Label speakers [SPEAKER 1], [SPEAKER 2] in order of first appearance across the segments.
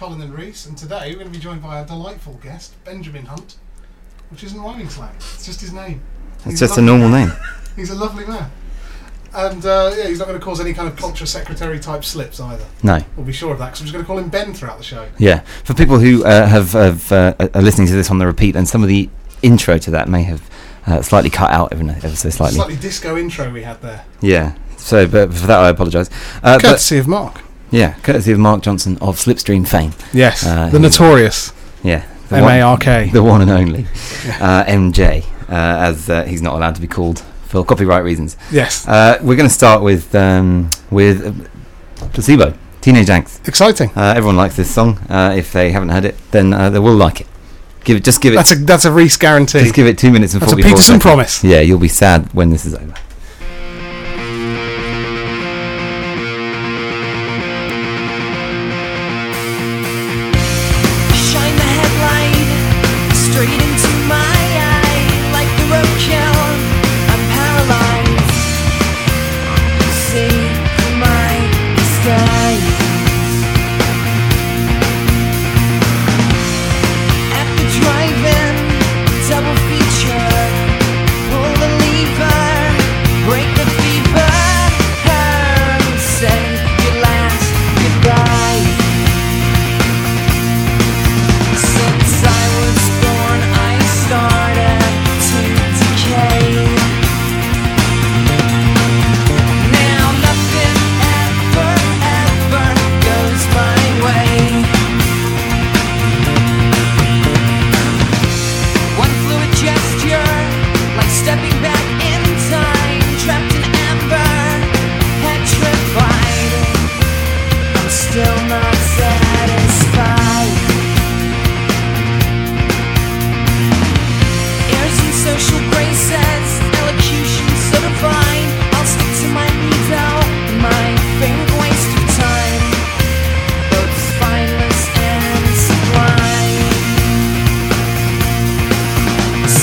[SPEAKER 1] Colin and Reese, and today we're going to be joined by our delightful guest, Benjamin Hunt, which isn't rhyming slang. It's just his name.
[SPEAKER 2] It's just a normal name.
[SPEAKER 1] He's a lovely man, and uh, yeah, he's not going to cause any kind of culture secretary type slips either.
[SPEAKER 2] No.
[SPEAKER 1] We'll be sure of that because I'm just going to call him Ben throughout the show.
[SPEAKER 2] Yeah. For people who uh, have, have uh, are listening to this on the repeat, and some of the intro to that may have uh, slightly cut out ever, ever so slightly.
[SPEAKER 1] Slightly disco intro we had there,
[SPEAKER 2] Yeah. So, but for that, I apologise. Uh, but
[SPEAKER 1] courtesy of Mark.
[SPEAKER 2] yeah, courtesy of Mark Johnson of Slipstream fame.
[SPEAKER 1] Yes,
[SPEAKER 2] Uh,
[SPEAKER 1] the
[SPEAKER 2] yeah.
[SPEAKER 1] notorious
[SPEAKER 2] Yeah. The
[SPEAKER 1] M A
[SPEAKER 2] one,
[SPEAKER 1] R K.
[SPEAKER 2] the one and only uh, MJ, uh, as uh, he's not allowed to be called for copyright reasons.
[SPEAKER 1] Yes,
[SPEAKER 2] Uh, we're going to start with um, with uh, placebo. Teenage Angst.
[SPEAKER 1] exciting.
[SPEAKER 2] Uh, everyone likes this song. Uh, if they haven't heard it, then uh, they will like it. Give it, just give it,
[SPEAKER 1] That's a that's a Reese guarantee.
[SPEAKER 2] just give it two minutes and
[SPEAKER 1] That's a
[SPEAKER 2] forty-four
[SPEAKER 1] Peterson
[SPEAKER 2] seconds.
[SPEAKER 1] promise.
[SPEAKER 2] Yeah, you'll be sad when this is over.
[SPEAKER 3] Shine the headlight straight into my eye like the roadkill. I'm paralyzed. See through my disguise. At the drive-in double feature, pull the lever, break the fever, and say your last goodbye. Since I was born, I started to decay. Now nothing ever, ever goes my way. One fluid gesture, like stepping back in time, trapped in amber, petrified. I'm still not satisfied. Airs and social graces, elocution so divine. I'll stick to my needle, my favorite waste of time. Both spineless and sublime.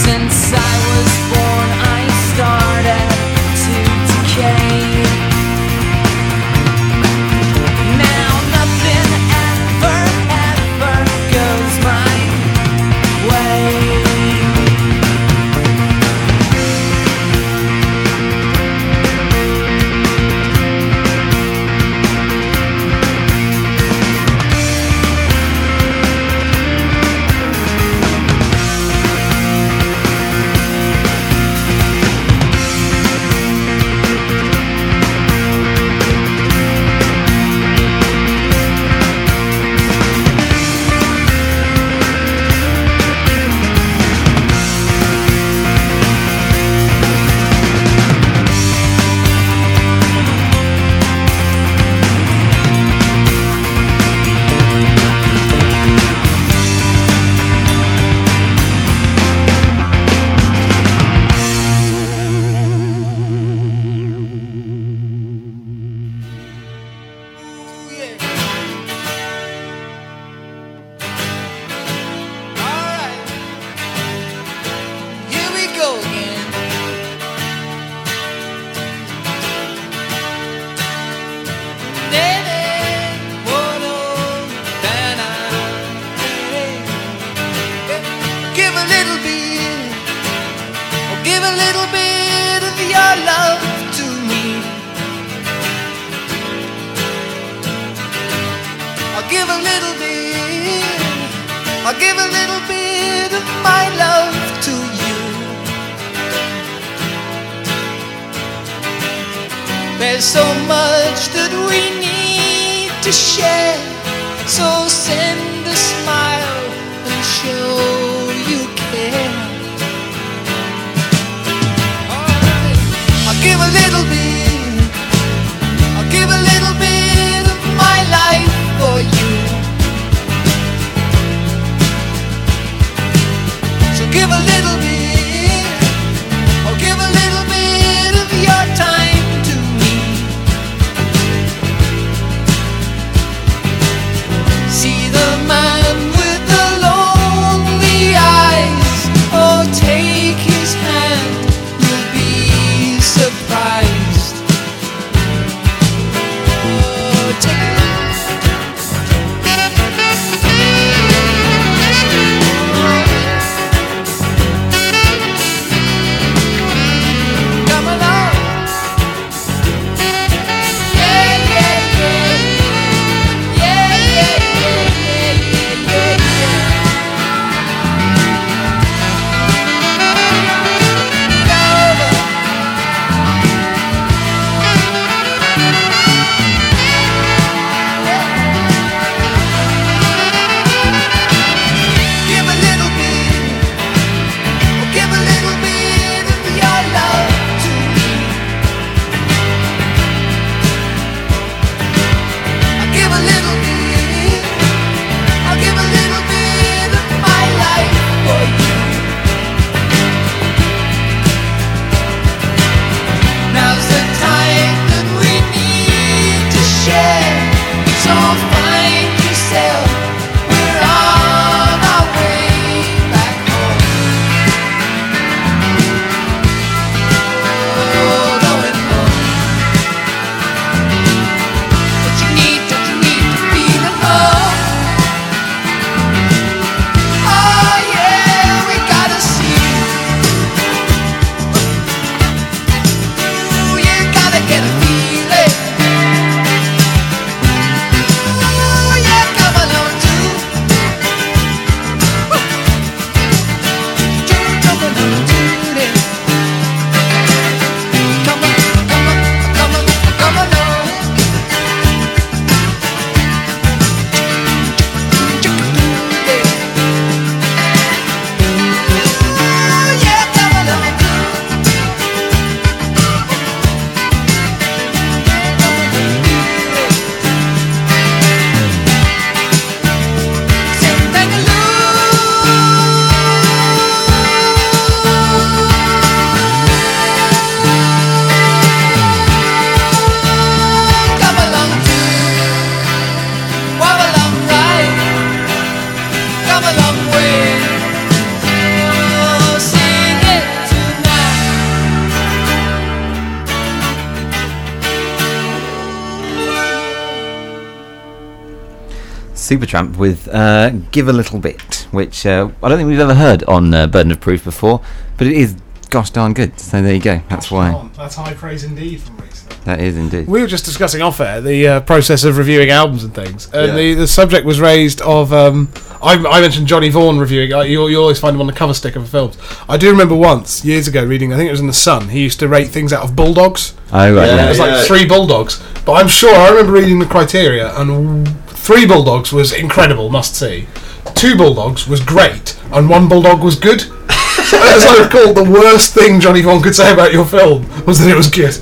[SPEAKER 3] Since I was born, I started to decay. Now nothing ever, ever goes my way.
[SPEAKER 4] oh, Give a little bit of your love to me. I'll Oh, give a little bit. I'll give a little bit of my love to you. There's so much that we need to share. So send a smile and show you care. Alright. I'll give a little bit. I'll give a little bit of my life for you. So give a little bit. I'll give a little bit of your time to me. See, Oh, Oh, Oh,
[SPEAKER 2] Supertramp with uh, "Give a Little Bit," which uh, I don't think we've ever heard on uh, Burden of Proof before, but it is gosh darn good. So there you go. That's why.
[SPEAKER 5] Come on, That's high praise indeed from Reese. then.
[SPEAKER 2] That is indeed.
[SPEAKER 1] We were just discussing off air the uh, process of reviewing albums and things, and
[SPEAKER 2] Yeah.
[SPEAKER 1] the, the subject was raised of. Um, I, I mentioned Johnny Vaughan reviewing. Uh, you, you always find him on the cover sticker for films. I do remember once years ago reading. I think it was in the Sun. He used to rate things out of bulldogs.
[SPEAKER 2] Oh right.
[SPEAKER 1] It
[SPEAKER 2] Yeah.
[SPEAKER 1] was like
[SPEAKER 6] yeah.
[SPEAKER 1] three bulldogs, but I'm sure I remember reading the criteria, and three bulldogs was incredible, must see. Two bulldogs was great, and one bulldog was good. so as I recall, the worst thing Johnny Vaughan could say about your film was that it was good.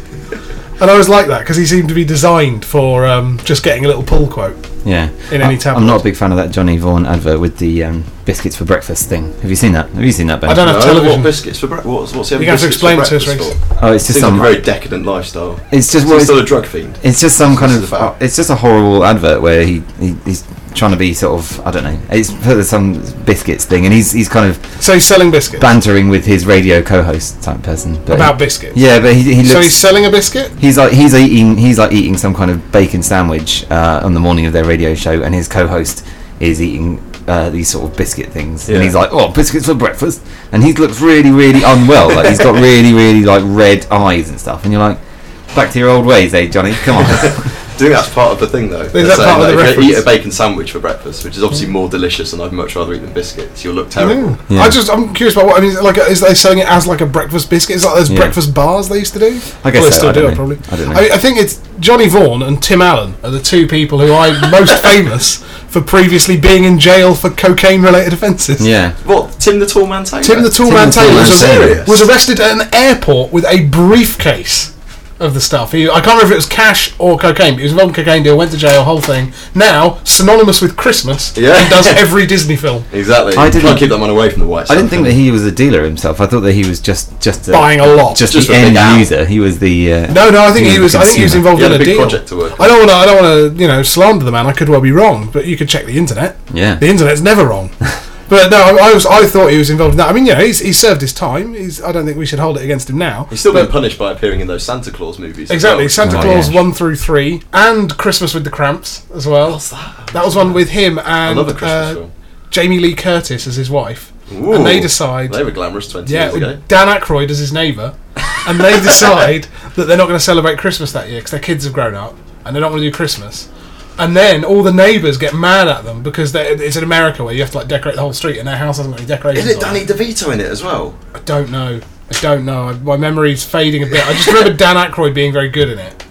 [SPEAKER 1] And I was like that because he seemed to be designed for um, just getting a little pull quote.
[SPEAKER 2] yeah.
[SPEAKER 1] In any
[SPEAKER 2] I,
[SPEAKER 1] tabloid.
[SPEAKER 2] I'm not a big fan of that Johnny Vaughan advert with the um, biscuits for breakfast thing. Have you seen that? Have you seen that? Ben?
[SPEAKER 1] I don't have
[SPEAKER 6] Television.
[SPEAKER 1] television.
[SPEAKER 6] What biscuits for breakfast? What's, what's the
[SPEAKER 1] You're gonna have to explain it to us, Reece.
[SPEAKER 6] It's
[SPEAKER 2] Oh, it's just
[SPEAKER 6] Seems like
[SPEAKER 2] some.
[SPEAKER 6] a very decadent lifestyle.
[SPEAKER 2] it's
[SPEAKER 6] He's
[SPEAKER 2] just what
[SPEAKER 6] still a drug fiend.
[SPEAKER 2] It's just some kind
[SPEAKER 6] This is
[SPEAKER 2] of.
[SPEAKER 6] the fact.
[SPEAKER 2] It's just a horrible advert where he, he he's trying to be sort of I don't know. It's for the- some biscuits thing, and he's he's kind of
[SPEAKER 1] So he's selling biscuits.
[SPEAKER 2] bantering with his radio co-host type person. But
[SPEAKER 1] About biscuits.
[SPEAKER 2] yeah, but he, he looks.
[SPEAKER 1] So he's selling a biscuit?
[SPEAKER 2] He's like he's eating he's like eating some kind of bacon sandwich uh, on the morning of their radio show, and his co-host is eating uh, these sort of biscuit things, and
[SPEAKER 6] Yeah.
[SPEAKER 2] he's like, "Oh, biscuits for breakfast," and he looks really, really unwell. like he's got really, really like red eyes and stuff, and you're like, "Back to your old ways, eh, Johnny? Come on."
[SPEAKER 6] Do you think that's part of the thing, though? They're
[SPEAKER 1] that
[SPEAKER 6] saying,
[SPEAKER 1] part of
[SPEAKER 6] like,
[SPEAKER 1] the
[SPEAKER 6] if you eat a
[SPEAKER 1] reference?
[SPEAKER 6] bacon sandwich for breakfast, which is obviously more delicious, and I'd much rather eat than biscuits. You'll look terrible.
[SPEAKER 1] Yeah. I just I'm curious about what I mean. Like, is they selling it as like a breakfast biscuit? Is that those
[SPEAKER 2] Yeah.
[SPEAKER 1] breakfast bars they used to do?
[SPEAKER 2] I guess
[SPEAKER 1] Well, they
[SPEAKER 2] so,
[SPEAKER 1] still
[SPEAKER 2] I
[SPEAKER 1] do
[SPEAKER 2] don't
[SPEAKER 1] it,
[SPEAKER 2] know.
[SPEAKER 1] probably.
[SPEAKER 2] I don't know.
[SPEAKER 1] I, I think it's Johnny Vaughan and Tim Allen are the two people who are most famous for previously being in jail for cocaine-related offences.
[SPEAKER 2] yeah,
[SPEAKER 6] What? Tim the Tall Man Taylor?
[SPEAKER 1] Tim the Tall
[SPEAKER 2] Tim
[SPEAKER 1] Man
[SPEAKER 2] the Tall
[SPEAKER 1] Taylor
[SPEAKER 2] Man
[SPEAKER 1] was,
[SPEAKER 2] Taylor.
[SPEAKER 1] was arrested at an airport with a briefcase of the stuff. He, I can't remember if it was cash or cocaine, but he was involved in a cocaine deal, went to jail, whole thing. Now, synonymous with Christmas,
[SPEAKER 6] Yeah.
[SPEAKER 1] and does every Disney film.
[SPEAKER 6] Exactly.
[SPEAKER 2] I
[SPEAKER 6] I didn't
[SPEAKER 2] didn't-
[SPEAKER 6] keep that man away from the White
[SPEAKER 2] I didn't
[SPEAKER 6] Sand.
[SPEAKER 2] think that he was a dealer himself. I thought that he was just just a,
[SPEAKER 1] Buying a lot.
[SPEAKER 2] just,
[SPEAKER 6] Just
[SPEAKER 2] the
[SPEAKER 6] a big
[SPEAKER 2] end
[SPEAKER 6] out.
[SPEAKER 2] user. He was the uh,
[SPEAKER 1] No, no, I think he was.
[SPEAKER 2] the
[SPEAKER 1] I think he was
[SPEAKER 2] consumer.
[SPEAKER 1] involved
[SPEAKER 6] He
[SPEAKER 1] in
[SPEAKER 6] had
[SPEAKER 1] a,
[SPEAKER 6] a big
[SPEAKER 1] deal.
[SPEAKER 6] project to work
[SPEAKER 1] I don't want to. I don't want to. You know, slander the man. I could well be wrong, but you could check the internet.
[SPEAKER 2] Yeah.
[SPEAKER 1] the internet's never wrong. but no, I, I was. I thought he was involved in that. I mean, you know, he's, he's served his time. He's. I don't think we should hold it against him now.
[SPEAKER 6] He's still been punished by appearing in those Santa Claus movies. as
[SPEAKER 1] Exactly,
[SPEAKER 6] well.
[SPEAKER 1] Santa
[SPEAKER 2] Oh,
[SPEAKER 1] Claus
[SPEAKER 2] yeah.
[SPEAKER 1] one through three, and Christmas with the Cramps as well.
[SPEAKER 6] What's that?
[SPEAKER 1] That was one with him and
[SPEAKER 6] Another Christmas
[SPEAKER 1] uh,
[SPEAKER 6] film.
[SPEAKER 1] Jamie Lee Curtis as his wife,
[SPEAKER 6] Ooh.
[SPEAKER 1] and they decide
[SPEAKER 6] They were glamorous 20
[SPEAKER 1] Yeah,
[SPEAKER 6] years ago.
[SPEAKER 1] with Dan Aykroyd as his neighbour, and they decide that they're not going to celebrate Christmas that year because their kids have grown up and they're not going to do Christmas. And then all the neighbours get mad at them because they- it's in America where you have to like decorate the whole street and their house hasn't got any decorations.
[SPEAKER 6] Isn't it
[SPEAKER 1] on
[SPEAKER 6] Danny DeVito in it as well?
[SPEAKER 1] I don't know. I don't know. I, my memory's fading a bit. I just remember Dan Aykroyd being very good in it.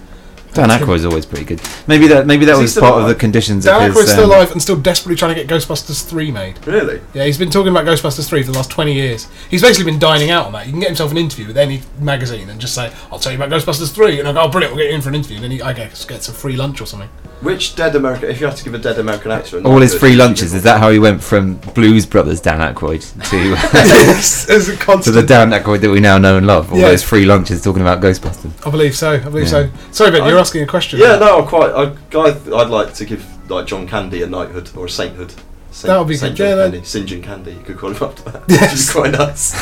[SPEAKER 2] Dan Aykroyd's always pretty good. Maybe that maybe that
[SPEAKER 6] he
[SPEAKER 2] was
[SPEAKER 6] still
[SPEAKER 2] part of
[SPEAKER 6] alive?
[SPEAKER 2] the conditions
[SPEAKER 1] Dan
[SPEAKER 2] of his.
[SPEAKER 1] Aykroyd's still
[SPEAKER 2] um,
[SPEAKER 1] alive and still desperately trying to get Ghostbusters 3 made.
[SPEAKER 6] Really?
[SPEAKER 1] Yeah, he's been talking about Ghostbusters 3 for the last 20 years. He's basically been dining out on that. You can get himself an interview with any magazine and just say, I'll tell you about Ghostbusters 3. And I go, oh, brilliant, we'll get you in for an interview. And then he, I guess, gets a free lunch or something.
[SPEAKER 6] Which dead American, if you have to give a dead American actor an
[SPEAKER 2] all his
[SPEAKER 6] actor-
[SPEAKER 2] free lunches. Is that how he went from Blues Brothers Dan Aykroyd to
[SPEAKER 1] Yes, as a
[SPEAKER 2] to
[SPEAKER 1] constant.
[SPEAKER 2] the Dan Aykroyd that we now know and love? All
[SPEAKER 1] Yeah.
[SPEAKER 2] those free lunches talking about Ghostbusters.
[SPEAKER 1] I believe so. I believe
[SPEAKER 2] Yeah.
[SPEAKER 1] so. Sorry, Ben, you're
[SPEAKER 6] I-
[SPEAKER 1] asking a question.
[SPEAKER 6] Yeah, no, I'm quite. I, I, I'd like to give like John Candy a knighthood or a sainthood. Saint,
[SPEAKER 1] That would be
[SPEAKER 6] Saint
[SPEAKER 1] good,
[SPEAKER 6] John
[SPEAKER 1] yeah,
[SPEAKER 6] Candy, St John Candy. You could call him after that. Yes, quite nice.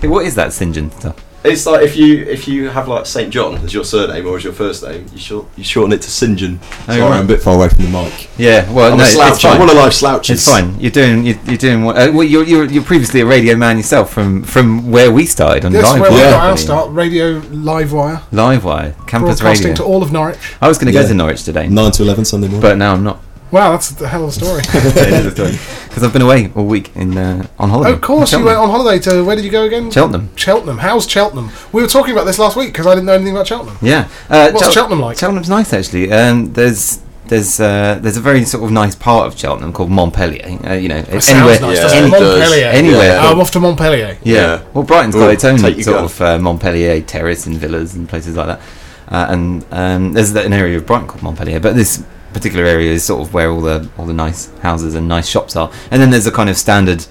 [SPEAKER 2] Hey, what is that St John stuff?
[SPEAKER 6] It's like if you if you have like Saint John as your surname or as your first name, you short you shorten it to St John. Sorry,
[SPEAKER 2] Oh, right.
[SPEAKER 6] I'm a bit far away from the mic.
[SPEAKER 2] Yeah, well,
[SPEAKER 6] I'm
[SPEAKER 2] no,
[SPEAKER 6] a
[SPEAKER 2] it's- it's
[SPEAKER 6] slouch. I'm
[SPEAKER 2] fine.
[SPEAKER 6] one of life's slouches.
[SPEAKER 2] It's fine. You're doing. You're, you're doing. What, uh, well, you're, you're you're previously a radio man yourself from from where we started on
[SPEAKER 1] Yes,
[SPEAKER 2] Livewire.
[SPEAKER 1] where we
[SPEAKER 6] Yeah.
[SPEAKER 1] got our start, Radio Livewire,
[SPEAKER 2] Livewire, campus
[SPEAKER 1] broadcasting
[SPEAKER 2] radio.
[SPEAKER 1] to all of Norwich.
[SPEAKER 2] I was going to
[SPEAKER 7] Yeah.
[SPEAKER 2] go to Norwich today,
[SPEAKER 7] Nine to eleven Sunday morning.
[SPEAKER 2] but now I'm not
[SPEAKER 1] Wow, that's a hell of a story.
[SPEAKER 2] because I've been away all week in uh, on holiday.
[SPEAKER 1] of course, you went
[SPEAKER 2] Cheltenham.
[SPEAKER 1] on holiday to, where did you go again?
[SPEAKER 2] Cheltenham.
[SPEAKER 1] Cheltenham. How's Cheltenham? We were talking about this last week because I didn't know anything about Cheltenham.
[SPEAKER 2] Yeah. Uh,
[SPEAKER 1] What's Cheltenham like?
[SPEAKER 2] Cheltenham's nice actually. Um, there's there's uh, there's a very sort of nice part of Cheltenham called Montpellier. Uh, you know,
[SPEAKER 1] sounds
[SPEAKER 2] anywhere.
[SPEAKER 1] nice,
[SPEAKER 6] Yeah,
[SPEAKER 1] doesn't it?
[SPEAKER 6] it does.
[SPEAKER 1] Montpellier.
[SPEAKER 2] Anywhere.
[SPEAKER 6] Yeah.
[SPEAKER 1] Oh, I'm off to Montpellier.
[SPEAKER 2] Yeah.
[SPEAKER 6] Yeah.
[SPEAKER 2] Well, Brighton's got
[SPEAKER 6] Ooh,
[SPEAKER 2] its own
[SPEAKER 6] take your
[SPEAKER 2] sort
[SPEAKER 6] gun.
[SPEAKER 2] of uh, Montpellier terrace and villas and places like that. Uh, and um, there's an area of Brighton called Montpellier, but this particular area is sort of where all the all the nice houses and nice shops are. And then there's a kind of standard,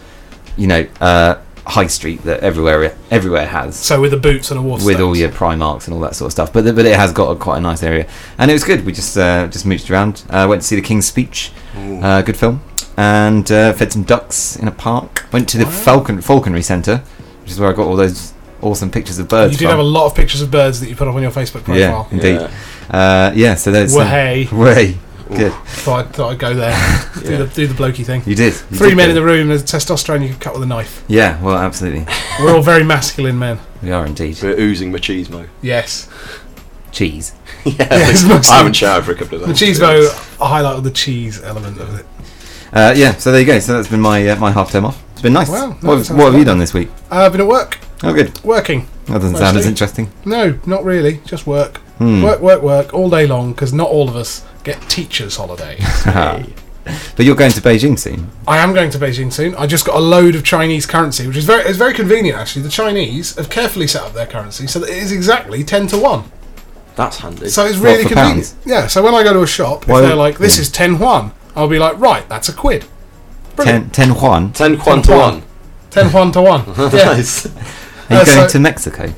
[SPEAKER 2] you know, uh, high street that everywhere everywhere has
[SPEAKER 1] So with the boots and a water
[SPEAKER 2] with all your Primarks and all that sort of stuff. But th- but it has got a, quite a nice area, and it was good. We just uh, just mooched around. Uh, went to see the King's Speech, uh, good film, and uh, fed some ducks in a park. Went to the Falcon Falconry Centre, which is where I got all those awesome pictures of birds.
[SPEAKER 1] You did
[SPEAKER 2] from.
[SPEAKER 1] have a lot of pictures of birds that you put up on your Facebook
[SPEAKER 2] yeah,
[SPEAKER 1] profile.
[SPEAKER 2] indeed. Yeah. Uh, yeah, so there's
[SPEAKER 1] Wahey.
[SPEAKER 2] way. Good.
[SPEAKER 1] Thought I'd, thought I'd go there, do, the, do the blokey thing.
[SPEAKER 2] You did. You
[SPEAKER 1] Three
[SPEAKER 2] did
[SPEAKER 1] men in
[SPEAKER 2] good.
[SPEAKER 1] the room, there's testosterone you could cut with a knife.
[SPEAKER 2] Yeah, well, absolutely.
[SPEAKER 1] We're all very masculine men.
[SPEAKER 2] We are indeed.
[SPEAKER 6] We're oozing machismo.
[SPEAKER 1] Yes.
[SPEAKER 2] Cheese.
[SPEAKER 6] yeah,
[SPEAKER 1] it's machismo.
[SPEAKER 6] I haven't showered for a couple of
[SPEAKER 1] The
[SPEAKER 6] days.
[SPEAKER 1] cheese though, I highlighted the cheese element of it.
[SPEAKER 2] Uh, yeah, so there you go. So that's been my uh, my half term off. It's been nice.
[SPEAKER 1] Wow, that
[SPEAKER 2] what, have-
[SPEAKER 1] sounds
[SPEAKER 2] what have you
[SPEAKER 1] fun.
[SPEAKER 2] done this week?
[SPEAKER 1] Uh, I've been at work,
[SPEAKER 2] Oh, good.
[SPEAKER 1] working.
[SPEAKER 2] That doesn't sound as
[SPEAKER 1] Mostly.
[SPEAKER 2] interesting.
[SPEAKER 1] No, not really, just work.
[SPEAKER 2] Hmm.
[SPEAKER 1] Work, work, work, all day long, because not all of us get teacher's holiday.
[SPEAKER 2] but you're going to Beijing soon.
[SPEAKER 1] I am going to Beijing soon. I just got a load of Chinese currency, which is very it's very convenient actually. The Chinese have carefully set up their currency so that it is exactly ten to one.
[SPEAKER 6] That's handy.
[SPEAKER 1] So it's
[SPEAKER 2] What,
[SPEAKER 1] really
[SPEAKER 2] for
[SPEAKER 1] convenient.
[SPEAKER 2] pounds?
[SPEAKER 1] Yeah. So when I go to a shop,
[SPEAKER 2] Why-
[SPEAKER 1] if they're like, "This
[SPEAKER 2] yeah.
[SPEAKER 1] is ten yuan," I'll be like, "Right, that's a quid."
[SPEAKER 2] Ten,
[SPEAKER 1] Brilliant.
[SPEAKER 2] ten Juan.
[SPEAKER 6] ten quan to
[SPEAKER 1] Quan.
[SPEAKER 6] one.
[SPEAKER 1] Ten yuan to one. Yeah.
[SPEAKER 6] Nice.
[SPEAKER 2] Are you
[SPEAKER 1] Uh, so-
[SPEAKER 2] going to Mexico?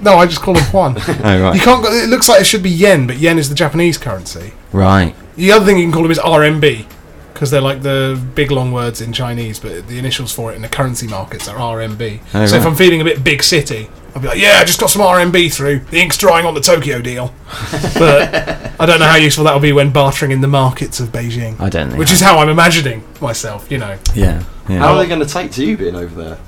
[SPEAKER 1] No, I just call them Juan.
[SPEAKER 2] Oh,
[SPEAKER 1] You
[SPEAKER 2] right.
[SPEAKER 1] can't. Go, it looks like it should be yen, but yen is the Japanese currency.
[SPEAKER 2] Right.
[SPEAKER 1] The other thing you can call them is RMB because they're like the big long words in Chinese, but the initials for it in the currency markets are RMB.
[SPEAKER 2] Oh,
[SPEAKER 1] so if
[SPEAKER 2] right.
[SPEAKER 1] I'm feeling a bit big city, I'll be like, yeah, I just got some RMB through. The ink's drying on the Tokyo deal. but I don't know how useful that'll be when bartering in the markets of Beijing,
[SPEAKER 2] I don't think.
[SPEAKER 1] which is how I'm imagining myself, you know,
[SPEAKER 2] Yeah. yeah.
[SPEAKER 6] How are they going to take to you being over there?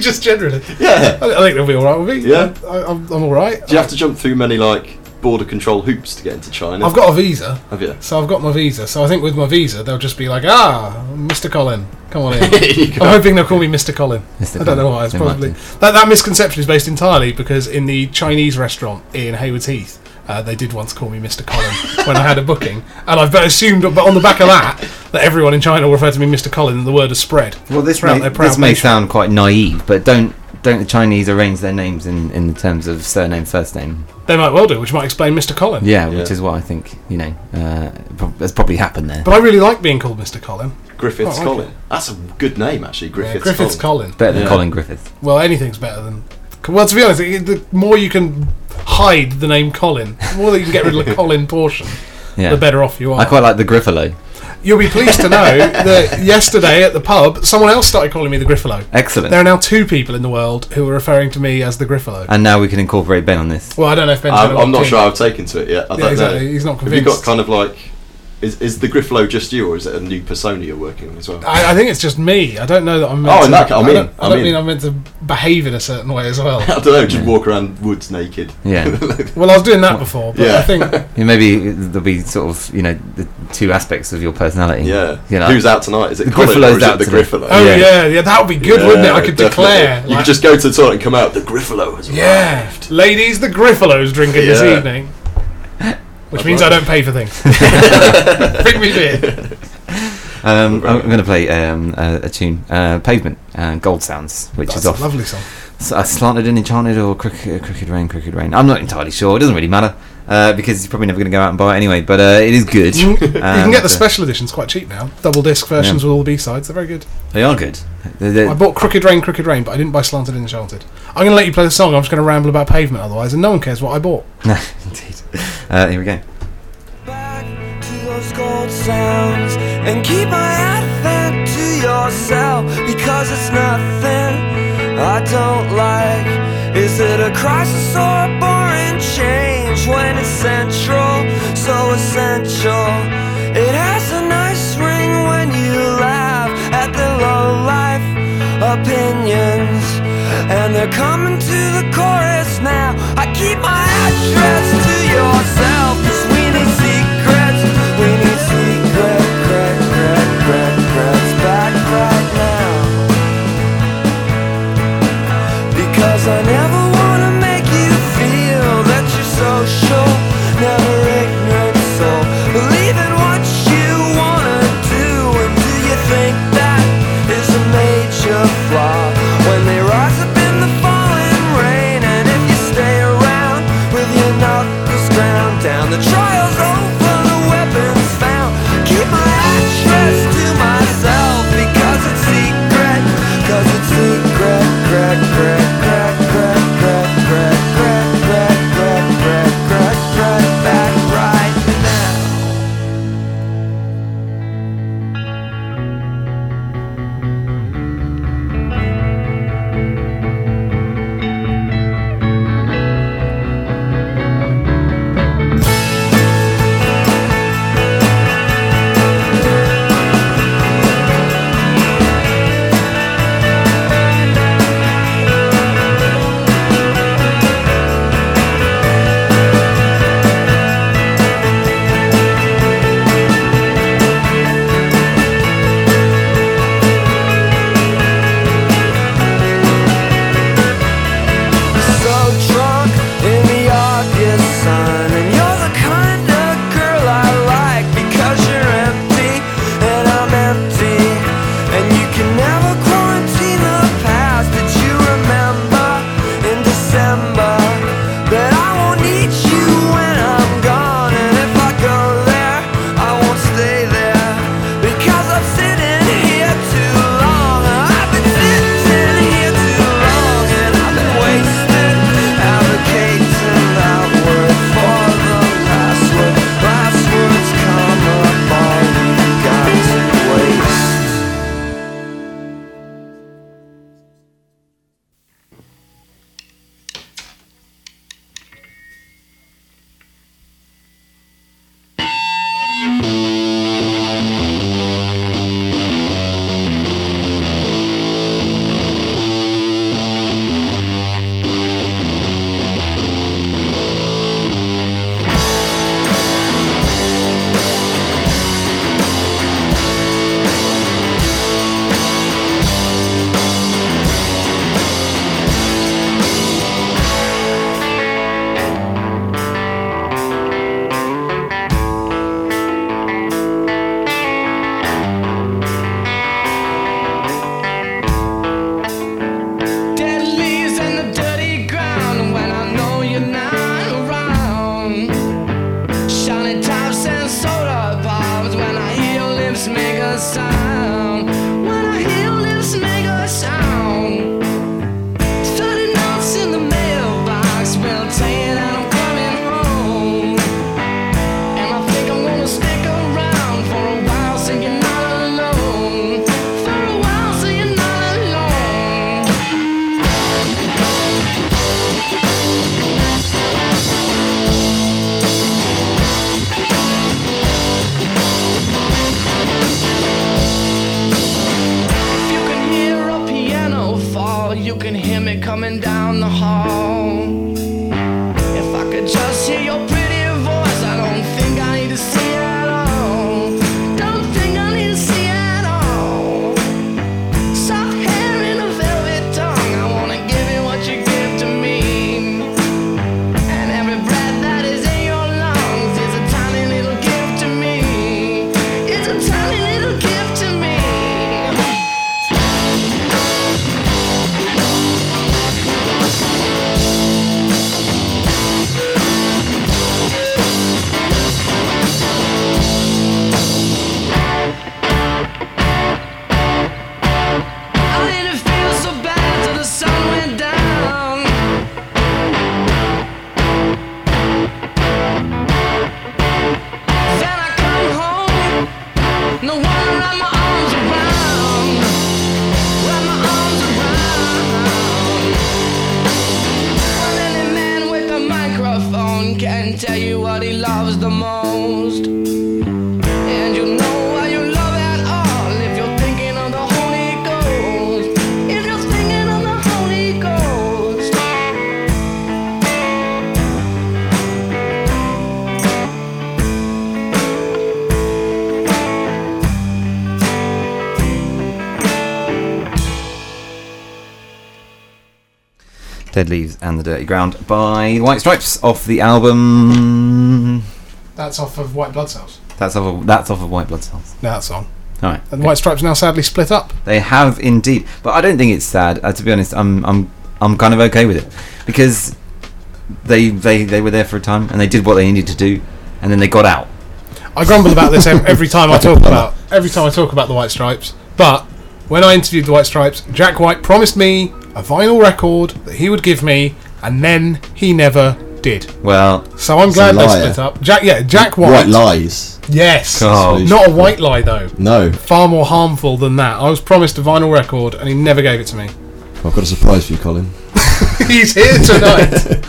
[SPEAKER 1] just generally.
[SPEAKER 6] Yeah.
[SPEAKER 1] I I think they'll be all right with me.
[SPEAKER 6] Yeah.
[SPEAKER 1] I, I'm, I'm all right.
[SPEAKER 6] Do you have to jump through many like border control hoops to get into China?
[SPEAKER 1] I've got a visa,
[SPEAKER 6] Have you?
[SPEAKER 1] so I've got my visa. So I think with my visa, they'll just be like, ah, Mr. Colin, come on in.
[SPEAKER 6] You
[SPEAKER 1] I'm
[SPEAKER 6] go.
[SPEAKER 1] hoping they'll call me Mr. Colin.
[SPEAKER 2] Mr.
[SPEAKER 1] I don't know
[SPEAKER 2] Colin.
[SPEAKER 1] why. It's
[SPEAKER 2] They might
[SPEAKER 1] probably
[SPEAKER 2] do.
[SPEAKER 1] that, that misconception is based entirely because in the Chinese restaurant in Hayward's Heath, uh, they did once call me Mr. Colin when I had a booking, and I've but assumed, but on the back of that, that everyone in China will refer to me Mr. Colin, and the word has spread.
[SPEAKER 2] Well, this
[SPEAKER 1] Proud-
[SPEAKER 2] may,
[SPEAKER 1] they're proud
[SPEAKER 2] this may
[SPEAKER 1] nation.
[SPEAKER 2] sound quite naive, but don't don't the Chinese arrange their names in, in terms of surname, first name?
[SPEAKER 1] They might well do, which might explain Mr. Colin.
[SPEAKER 2] Yeah, which
[SPEAKER 6] Yeah.
[SPEAKER 2] is what I think you know uh, prob- has probably happened there.
[SPEAKER 1] But I really like being called Mr. Colin.
[SPEAKER 6] Griffiths
[SPEAKER 1] Oh, okay.
[SPEAKER 6] Colin. That's a good name actually. Griffiths.
[SPEAKER 1] Yeah, Griffiths Colin.
[SPEAKER 2] Better than
[SPEAKER 6] Yeah.
[SPEAKER 2] Colin Griffith.
[SPEAKER 1] Well, anything's better than. Well, to be honest, it- the more you can hide the name Colin, the more that you can get rid of the Colin portion,
[SPEAKER 2] Yeah,
[SPEAKER 1] the better off you are.
[SPEAKER 2] I quite like the Griffalo.
[SPEAKER 1] You'll be pleased to know that yesterday at the pub, someone else started calling me the Griffalo.
[SPEAKER 2] Excellent.
[SPEAKER 1] There are now two people in the world who are referring to me as the Griffalo.
[SPEAKER 2] and now we can incorporate Ben on this.
[SPEAKER 1] well, I don't know if Ben's
[SPEAKER 6] I'm,
[SPEAKER 1] gonna
[SPEAKER 6] I'm not
[SPEAKER 1] opt in.
[SPEAKER 6] sure I've taken to it yet. I
[SPEAKER 1] Yeah,
[SPEAKER 6] don't
[SPEAKER 1] exactly.
[SPEAKER 6] know.
[SPEAKER 1] He's not
[SPEAKER 6] Have you got
[SPEAKER 1] convinced.
[SPEAKER 6] kind of like, is, is the Griffalo just you, or is it a new persona you're working on as well?
[SPEAKER 1] I, I think it's just me. I don't know that I'm. Meant
[SPEAKER 6] Oh,
[SPEAKER 1] to,
[SPEAKER 6] in that ca- I'm
[SPEAKER 1] I
[SPEAKER 6] in.
[SPEAKER 1] don't, I
[SPEAKER 6] I'm
[SPEAKER 1] don't
[SPEAKER 6] in.
[SPEAKER 1] mean I'm meant to behave in a certain way as well.
[SPEAKER 6] I don't know. Just walk around woods naked.
[SPEAKER 2] Yeah.
[SPEAKER 1] Well, I was doing that before, but I
[SPEAKER 6] Yeah.
[SPEAKER 1] think oh,
[SPEAKER 2] Yeah, maybe there'll be sort of you know the two aspects of your personality.
[SPEAKER 6] Yeah.
[SPEAKER 2] You know,
[SPEAKER 6] Who's out tonight? Is it
[SPEAKER 2] The
[SPEAKER 6] Colin or
[SPEAKER 2] Griffalo's
[SPEAKER 6] is it
[SPEAKER 2] out
[SPEAKER 6] the
[SPEAKER 2] tonight.
[SPEAKER 6] Griffalo?
[SPEAKER 1] oh
[SPEAKER 2] Yeah.
[SPEAKER 1] yeah, yeah, that would be good, wouldn't it? I could
[SPEAKER 6] definitely.
[SPEAKER 1] declare.
[SPEAKER 6] You
[SPEAKER 1] like,
[SPEAKER 6] could just go to the toilet and come out. The Griffalo has
[SPEAKER 1] yeah, ladies, the Griffalo's drinking this
[SPEAKER 6] Yeah.
[SPEAKER 1] evening, which means I don't pay for things. Bring me beer.
[SPEAKER 2] Um, I'm going to play um, a, a tune, uh, "Pavement," uh, Gold Sounds, which
[SPEAKER 1] That's
[SPEAKER 2] is
[SPEAKER 1] a
[SPEAKER 2] off
[SPEAKER 1] lovely song.
[SPEAKER 2] S- uh, slanted and enchanted or crooked, uh, crooked rain, crooked rain. I'm not entirely sure. It doesn't really matter uh, because you're probably never going to go out and buy it anyway. But uh, it is good.
[SPEAKER 1] You can, you can get
[SPEAKER 2] Um,
[SPEAKER 1] the special editions quite cheap now. Double disc versions
[SPEAKER 2] Yeah.
[SPEAKER 1] with all the B sides. They're very good.
[SPEAKER 2] They are good. They're- they're-
[SPEAKER 1] I bought Crooked Rain, Crooked Rain, but I didn't buy Slanted and Enchanted. I'm going to let you play the song. I'm just going to ramble about pavement otherwise, and no one cares what I bought.
[SPEAKER 2] No, indeed. Uh, here we go.
[SPEAKER 8] back to those gold sounds and keep my advent to yourself because it's nothing I don't like. Is it a crisis or a boring change when it's central, so essential? It has a nice ring when you laugh at the low life opinions, and they're coming to the chorus now. I keep my address to yourself, cause we need secrets, we need secret, crack, crack, crack, cracks back right now. Because I never wanna make you feel that you're social, never ignorant, so believe in what you wanna do. And do you think that is a major flaw? When they rise up in the falling rain, and if you stay around with your nothing
[SPEAKER 3] sound. When I hear this mega sound, thirty notes in the mailbox. Well, saying that I'm coming home, and I think I'm gonna stick around for a while, so you're not alone. For a while, so you're not alone. If you can hear a piano fall, you can hear me coming down the hall. If I could just hear your pretty voice, I don't think I need to see at all. Don't think I need to see at all. Soft hair and a velvet tongue, I wanna give you what you give to me. And every breath that is in your lungs is a tiny little gift to me. It's a tiny little gift to me. I didn't feel so bad till the sun went down. Then I come home, no one wrap my arms around, wrap my arms around. Well, any man with a microphone can tell you what he loves the most. And you know why you love at all if you're thinking of the Holy Ghost. If you're thinking of the Holy Ghost.
[SPEAKER 2] Dead Leaves and the Dirty Ground by the White Stripes off the album.
[SPEAKER 5] That's off of White Blood Cells.
[SPEAKER 2] That's off of, that's off of White Blood Cells.
[SPEAKER 1] No, that song.
[SPEAKER 2] All right.
[SPEAKER 1] And White Stripes now sadly split up.
[SPEAKER 2] They have indeed, but I don't think it's sad. Uh, to be honest, I'm I'm I'm kind of okay with it because they they they were there for a time and they did what they needed to do, and then they got out.
[SPEAKER 1] I grumble about this ev- every time I talk about every time I talk about the White Stripes. But when I interviewed the White Stripes, Jack White promised me a vinyl record that he would give me, and then he never did.
[SPEAKER 2] Well,
[SPEAKER 1] So I'm
[SPEAKER 6] He's
[SPEAKER 1] glad
[SPEAKER 6] a
[SPEAKER 1] they
[SPEAKER 6] liar.
[SPEAKER 1] split up. Jack, yeah, Jack White.
[SPEAKER 6] White lies.
[SPEAKER 1] Yes,
[SPEAKER 2] Oh.
[SPEAKER 1] not a white lie though.
[SPEAKER 6] No,
[SPEAKER 1] Far more harmful than that. I was promised a vinyl record, and he never gave it to me.
[SPEAKER 6] I've got a surprise for you, Colin.
[SPEAKER 1] He's here tonight.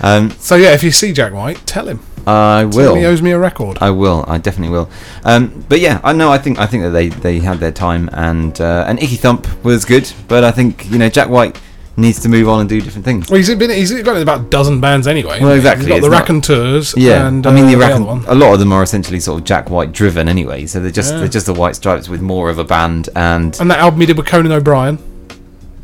[SPEAKER 2] um,
[SPEAKER 1] so yeah, if you see Jack White, tell him.
[SPEAKER 2] I
[SPEAKER 1] Tell him He
[SPEAKER 2] will.
[SPEAKER 1] owes me a record.
[SPEAKER 2] I will. I definitely will. Um, but yeah, I know. I think I think that they, they had their time, and uh, and Icky Thump was good. But I think you know Jack White needs to move on and do different things.
[SPEAKER 1] Well, he's been he's got about a dozen bands anyway.
[SPEAKER 2] Well, exactly,
[SPEAKER 1] He's got the
[SPEAKER 2] it's not-
[SPEAKER 1] Raconteurs.
[SPEAKER 2] Yeah,
[SPEAKER 1] and,
[SPEAKER 2] I mean
[SPEAKER 1] uh,
[SPEAKER 2] the,
[SPEAKER 1] other
[SPEAKER 2] Iraqi-
[SPEAKER 1] one.
[SPEAKER 2] a lot of them are essentially sort of Jack White driven anyway. So they're just
[SPEAKER 1] Yeah.
[SPEAKER 2] they're just the White Stripes with more of a band. And
[SPEAKER 1] And that album he did with Conan O'Brien.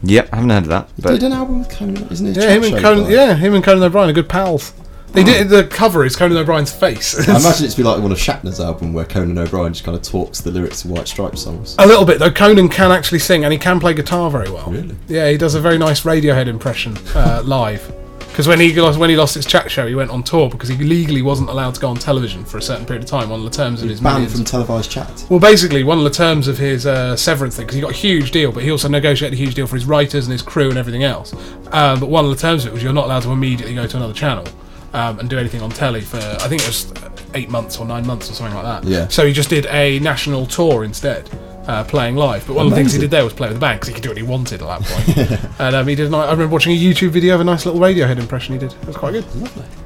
[SPEAKER 2] yep, I haven't heard of that. But
[SPEAKER 6] Did an album with Conan, isn't it?
[SPEAKER 1] Yeah, him and Conan. Yeah, him and Conan O'Brien are good pals. They did the cover is Conan O'Brien's face.
[SPEAKER 6] I imagine it's be like one of Shatner's album where Conan O'Brien just kind of talks the lyrics to White Stripes songs.
[SPEAKER 1] a little bit though. Conan can actually sing and he can play guitar very well.
[SPEAKER 6] Really?
[SPEAKER 1] Yeah, he does a very nice Radiohead impression uh, live. Because when he lost, when he lost his chat show, he went on tour because he legally wasn't allowed to go on television for a certain period of time on the terms of his
[SPEAKER 6] Banned
[SPEAKER 1] millions.
[SPEAKER 6] from televised chat.
[SPEAKER 1] Well, basically, one of the terms of his uh, severance thing, because he got a huge deal, but he also negotiated a huge deal for his writers and his crew and everything else. Um, but one of the terms of it was you're not allowed to immediately go to another channel um, and do anything on telly for, I think it was uh, eight months or nine months or something like that.
[SPEAKER 6] Yeah.
[SPEAKER 1] So he just did a national tour instead. Uh, playing live, but one of the things he
[SPEAKER 6] Amazing.
[SPEAKER 1] did there was play with the band because he could do what he wanted at that point. and um, he did. A, ni- I remember watching a YouTube video of a nice little Radiohead impression he did. It was quite good.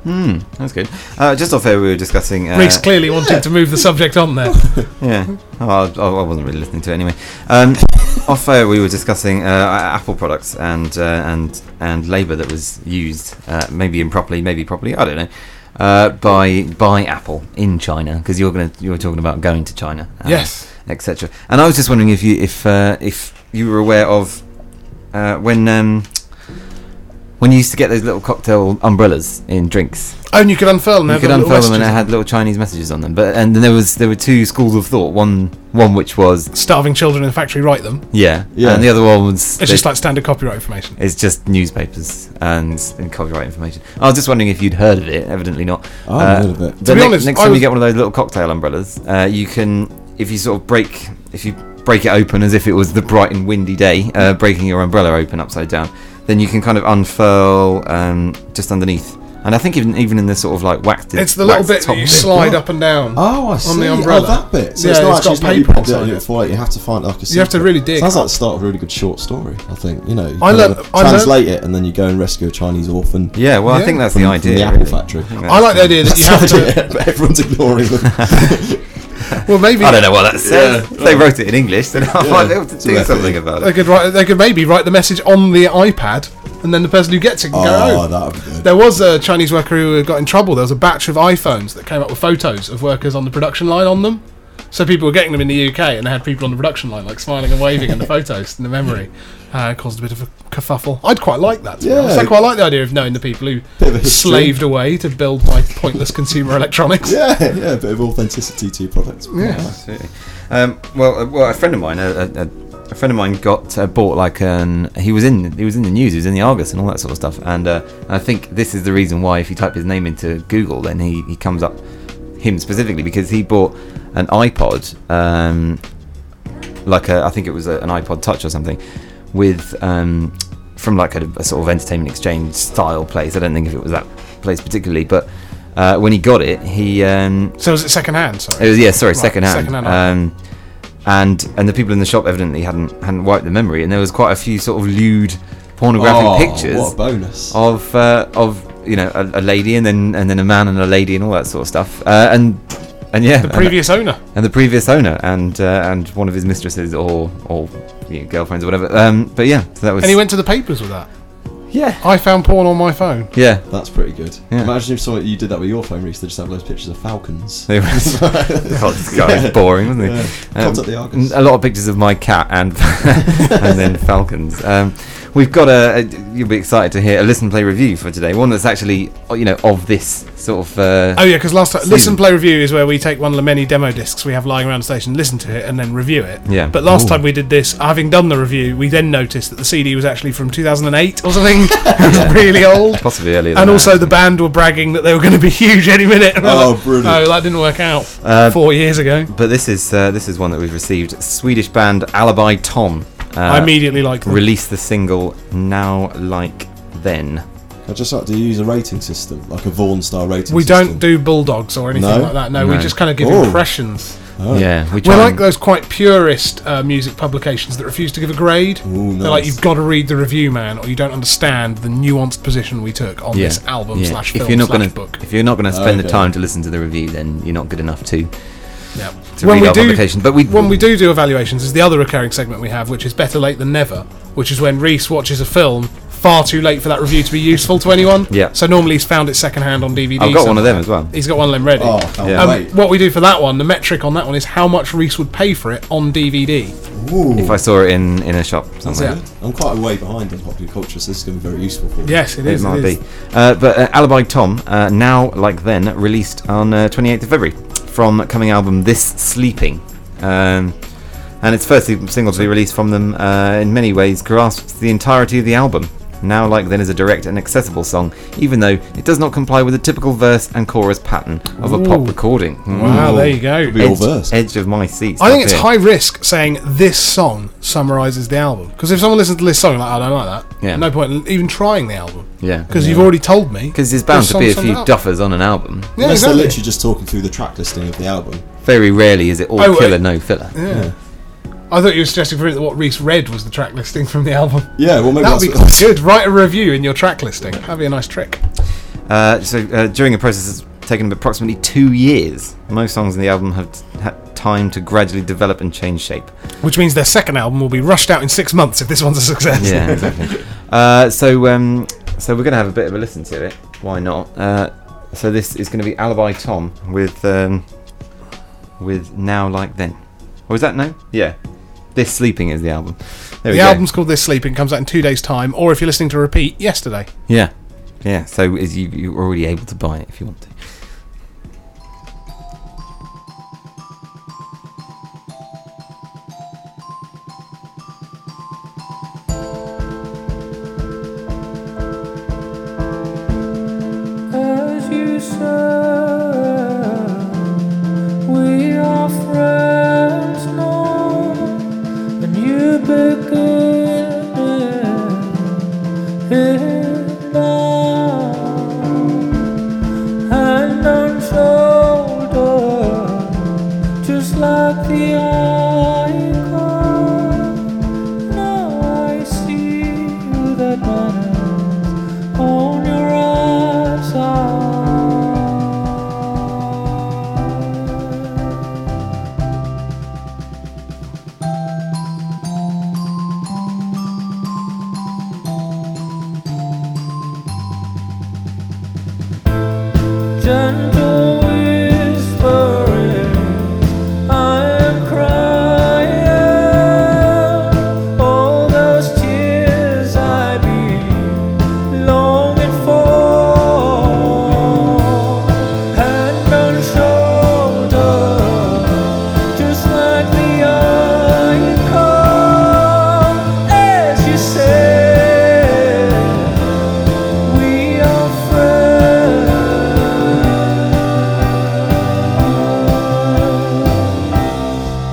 [SPEAKER 2] that's good. Uh, just off air, we were discussing. Uh,
[SPEAKER 1] Reese clearly wanted to move the subject on there.
[SPEAKER 2] Yeah, oh, I, I wasn't really listening to it anyway. Um, off air, we were discussing uh, Apple products and uh, and and labour that was used, uh, maybe improperly, maybe properly. I don't know. Uh, by by Apple in China because you're gonna you were talking about going to China. uh,
[SPEAKER 1] Yes.
[SPEAKER 2] etc. And I was just wondering if you if uh, if you were aware of uh, when um, when you used to get those little cocktail umbrellas in drinks,
[SPEAKER 1] Oh, And you could unfurl them.
[SPEAKER 2] you
[SPEAKER 1] have
[SPEAKER 2] could
[SPEAKER 1] the little
[SPEAKER 2] unfurl them and
[SPEAKER 1] messages.
[SPEAKER 2] it had little Chinese messages on them. But and then there was there were two schools of thought. One one which was
[SPEAKER 1] starving children in the factory write them.
[SPEAKER 2] yeah,
[SPEAKER 6] Yeah.
[SPEAKER 2] and the other one was
[SPEAKER 1] It's just like standard copyright information.
[SPEAKER 2] it's just newspapers and, and copyright information. I was just wondering if you'd heard of it. Evidently not. Uh,
[SPEAKER 6] I haven't heard of it.
[SPEAKER 2] but
[SPEAKER 1] To be
[SPEAKER 2] ne-
[SPEAKER 1] honest,
[SPEAKER 2] next
[SPEAKER 1] I
[SPEAKER 2] time
[SPEAKER 1] was-
[SPEAKER 2] you get one of those little cocktail umbrellas, uh, you can. if you sort of break if you break it open as if it was the bright and windy day, uh, breaking your umbrella open upside down, then you can kind of unfurl um, just underneath. And I think even even in the sort of like waxed
[SPEAKER 1] It's the little
[SPEAKER 2] waxed
[SPEAKER 1] bit
[SPEAKER 2] top
[SPEAKER 1] that you
[SPEAKER 2] bit.
[SPEAKER 1] slide up and down.
[SPEAKER 7] Oh, I see.
[SPEAKER 1] On the umbrella.
[SPEAKER 7] Oh, that bit. So
[SPEAKER 1] Yeah,
[SPEAKER 7] it's not
[SPEAKER 1] it's
[SPEAKER 7] actually
[SPEAKER 1] got
[SPEAKER 7] something you
[SPEAKER 1] paper
[SPEAKER 7] can do
[SPEAKER 1] inside
[SPEAKER 7] it
[SPEAKER 1] it.
[SPEAKER 7] for. Like, you have to find like a.
[SPEAKER 1] You have to
[SPEAKER 7] secret-
[SPEAKER 1] really dig.
[SPEAKER 7] Sounds like the start of a really good short story. I think you know. You
[SPEAKER 1] I
[SPEAKER 7] kinda
[SPEAKER 1] learnt- I learnt-
[SPEAKER 7] translate it and then you go and rescue a Chinese orphan.
[SPEAKER 2] Yeah, well,
[SPEAKER 1] Yeah.
[SPEAKER 2] I think that's
[SPEAKER 7] From,
[SPEAKER 2] the
[SPEAKER 7] from
[SPEAKER 2] idea.
[SPEAKER 7] the apple
[SPEAKER 2] really.
[SPEAKER 7] factory.
[SPEAKER 2] think
[SPEAKER 1] I like the idea that you have
[SPEAKER 7] That's the
[SPEAKER 1] to.
[SPEAKER 7] idea, but everyone's ignoring them.
[SPEAKER 1] Well, maybe
[SPEAKER 2] I don't know what that says.
[SPEAKER 6] Yeah.
[SPEAKER 2] If they wrote it in English, then I might be able to
[SPEAKER 7] So
[SPEAKER 2] do
[SPEAKER 7] that's
[SPEAKER 2] something
[SPEAKER 7] it.
[SPEAKER 2] about
[SPEAKER 1] They
[SPEAKER 2] it.
[SPEAKER 1] could write. They could maybe write the message on the iPad, and then the person who gets it can go
[SPEAKER 7] oh,
[SPEAKER 1] home.
[SPEAKER 7] that would be good.
[SPEAKER 1] There was a Chinese worker who got in trouble. There was a batch of iPhones that came up with photos of workers on the production line on them. So people were getting them in the UK, and they had people on the production line like smiling and waving in the photos in the memory. Uh, it caused a bit of a kerfuffle. I'd quite like that. To be
[SPEAKER 7] Yeah.
[SPEAKER 1] honest. I quite like the idea of knowing the people
[SPEAKER 7] Bit of a
[SPEAKER 1] who
[SPEAKER 7] history.
[SPEAKER 1] slaved away to build my pointless consumer electronics.
[SPEAKER 7] Yeah, yeah, a bit of authenticity to your product. Yeah.
[SPEAKER 2] Absolutely. Um, well, uh, well, a friend of mine, a, a, a- a friend of mine, got uh, bought like an. He was in he was in the news. He was in the Argus and all that sort of stuff. And uh, I think this is the reason why, if you type his name into Google, then he, he comes up him specifically because he bought an iPod um, like a, I think it was a, an iPod Touch or something, with um, from like a, a sort of entertainment exchange style place. I don't think if it was that place particularly, but uh, when he got it, he um,
[SPEAKER 1] So is it secondhand? Sorry.
[SPEAKER 2] it was yeah, sorry,
[SPEAKER 1] Right,
[SPEAKER 2] second hand.
[SPEAKER 1] secondhand
[SPEAKER 2] um, and and the people in the shop evidently hadn't hadn't wiped the memory, and there was quite a few sort of lewd, pornographic
[SPEAKER 7] Oh,
[SPEAKER 2] pictures
[SPEAKER 7] What a bonus.
[SPEAKER 2] of uh, of you know a, a lady and then and then a man and a lady and all that sort of stuff. Uh, and and yeah,
[SPEAKER 1] the
[SPEAKER 2] and-
[SPEAKER 1] previous owner.
[SPEAKER 2] and the previous owner and uh, and one of his mistresses or or you know, girlfriends or whatever. Um, but yeah, so that was
[SPEAKER 1] And he went to the papers with that.
[SPEAKER 2] yeah
[SPEAKER 1] I found porn on my phone.
[SPEAKER 2] yeah.
[SPEAKER 7] That's pretty good.
[SPEAKER 2] Yeah.
[SPEAKER 7] Imagine if someone, you did that with your phone, Reese. They just have those pictures of falcons.
[SPEAKER 2] They were- God, this guy was boring, wasn't he?
[SPEAKER 7] Yeah.
[SPEAKER 2] Um,
[SPEAKER 7] Contact the Argus.
[SPEAKER 2] n- A lot of pictures of my cat and and then falcons. Um, we've got a, a- You'll be excited to hear a listen play review for today. One that's actually oh, you know of this sort of. Uh,
[SPEAKER 1] Oh yeah, because last time,
[SPEAKER 2] Season.
[SPEAKER 1] listen play review is where we take one of the many demo discs we have lying around the station, listen to it, and then review it.
[SPEAKER 2] Yeah.
[SPEAKER 1] But last
[SPEAKER 2] Ooh.
[SPEAKER 1] time we did this, having done the review, we then noticed that the CD was actually from 2008 or something. It's really old.
[SPEAKER 2] Possibly earlier.
[SPEAKER 1] And
[SPEAKER 2] than that,
[SPEAKER 1] also, the
[SPEAKER 2] actually.
[SPEAKER 1] band were bragging that they were going to be huge any minute. And we're
[SPEAKER 7] Oh,
[SPEAKER 1] like,
[SPEAKER 7] brilliant.
[SPEAKER 1] Oh, that didn't work out
[SPEAKER 2] Uh,
[SPEAKER 1] four years ago.
[SPEAKER 2] But this is uh, this is one that we've received. Swedish band Alibi Tom. Uh,
[SPEAKER 1] I immediately like them.
[SPEAKER 2] released the single now like then.
[SPEAKER 7] I just like to use a rating system, like a Vaughan style rating
[SPEAKER 1] We
[SPEAKER 7] system.
[SPEAKER 1] don't do bulldogs or anything
[SPEAKER 7] No?
[SPEAKER 1] like that. No, we
[SPEAKER 2] No.
[SPEAKER 1] just kind of give
[SPEAKER 7] Oh.
[SPEAKER 1] impressions.
[SPEAKER 7] Oh.
[SPEAKER 2] Yeah, we
[SPEAKER 1] We're
[SPEAKER 2] try
[SPEAKER 1] like
[SPEAKER 2] and-
[SPEAKER 1] those quite purist uh, music publications that refuse to give a grade.
[SPEAKER 7] Ooh,
[SPEAKER 1] They're like,
[SPEAKER 7] nice.
[SPEAKER 1] you've got to read the review, man, or you don't understand the nuanced position we took on
[SPEAKER 2] Yeah,
[SPEAKER 1] this album
[SPEAKER 2] yeah.
[SPEAKER 1] slash
[SPEAKER 2] if
[SPEAKER 1] film
[SPEAKER 2] you're not
[SPEAKER 1] slash
[SPEAKER 2] gonna,
[SPEAKER 1] book.
[SPEAKER 2] If you're not going to spend the
[SPEAKER 7] Okay.
[SPEAKER 2] time to listen to the review, then you're not good enough to
[SPEAKER 1] Yeah.
[SPEAKER 2] to read our publication. But we
[SPEAKER 1] when we do do evaluations, is the other recurring segment we have, which is better late than never, which is when Reese watches a film far too late for that review to be useful to anyone.
[SPEAKER 2] Yeah.
[SPEAKER 1] So normally he's found it secondhand on DVD.
[SPEAKER 2] I've got one
[SPEAKER 1] somewhere.
[SPEAKER 2] of them as well.
[SPEAKER 1] He's got one of them ready.
[SPEAKER 7] Oh, can't
[SPEAKER 2] Yeah.
[SPEAKER 1] Um,
[SPEAKER 7] wait.
[SPEAKER 1] what we do for that one, the metric on that one is how much Reese would pay for it on DVD.
[SPEAKER 7] Ooh.
[SPEAKER 2] If I saw it in in a shop
[SPEAKER 1] Yeah.
[SPEAKER 2] somewhere.
[SPEAKER 7] I'm quite a way behind on popular culture, so this is going to be very useful for me.
[SPEAKER 1] Yes, it
[SPEAKER 2] It
[SPEAKER 1] is.
[SPEAKER 2] might
[SPEAKER 1] it is.
[SPEAKER 2] be, uh, but uh, Alibi Tom uh, now like then released on uh, 28th of February from coming album This Sleeping, um, and its first single to be released from them. Uh, in many ways, grasps the entirety of the album. Now like then is a direct and accessible song, even though it does not comply with the typical verse and chorus pattern of a
[SPEAKER 1] Ooh.
[SPEAKER 2] pop recording. Hmm.
[SPEAKER 1] Wow, Ah, there you go.
[SPEAKER 7] Could be all versed.
[SPEAKER 2] edge of my seat.
[SPEAKER 1] I think it's
[SPEAKER 2] stuff
[SPEAKER 1] high risk saying this song summarizes the album because if someone listens to this song like I don't like that,
[SPEAKER 2] Yeah.
[SPEAKER 1] no point in even trying the album
[SPEAKER 2] here. Yeah,
[SPEAKER 1] because you've already told me
[SPEAKER 2] because there's bound
[SPEAKER 1] this
[SPEAKER 2] to be a
[SPEAKER 1] song
[SPEAKER 2] few
[SPEAKER 1] sums it up.
[SPEAKER 2] duffers on an album.
[SPEAKER 1] Yeah,
[SPEAKER 7] Unless
[SPEAKER 1] exactly.
[SPEAKER 7] they're literally just talking through the track listing of the album.
[SPEAKER 2] Very rarely is it all
[SPEAKER 1] Oh, wait.
[SPEAKER 2] killer, no filler.
[SPEAKER 1] I thought you were suggesting for it that what Reese read was the track listing from the album.
[SPEAKER 7] Yeah, well, maybe
[SPEAKER 1] That'd
[SPEAKER 7] that's
[SPEAKER 1] be quite good. Write a review in your track listing. That'd be a nice trick.
[SPEAKER 2] Uh, so uh, during a process that's taken approximately two years, most songs in the album have t- had time to gradually develop and change shape.
[SPEAKER 1] Which means their second album will be rushed out in six months if this one's a success.
[SPEAKER 2] Yeah, exactly. uh, so um, so we're gonna have a bit of a listen to it. Why not? Uh, so this is gonna be Alibi Tom with um, with Now Like Then. Or is that no? Yeah. This Sleeping is the album. There we
[SPEAKER 1] The
[SPEAKER 2] go.
[SPEAKER 1] album's called This Sleeping, comes out in two days' time, or if you're listening to repeat, yesterday.
[SPEAKER 2] Yeah. Yeah. So is you you're already able to buy it if you want to.
[SPEAKER 9] As you said, we are friends. Gentle whispering, I am crying. All those tears I be longing for. Hand on shoulder, just like the icon, as you said. We are friends now, like the now, now like the now, now like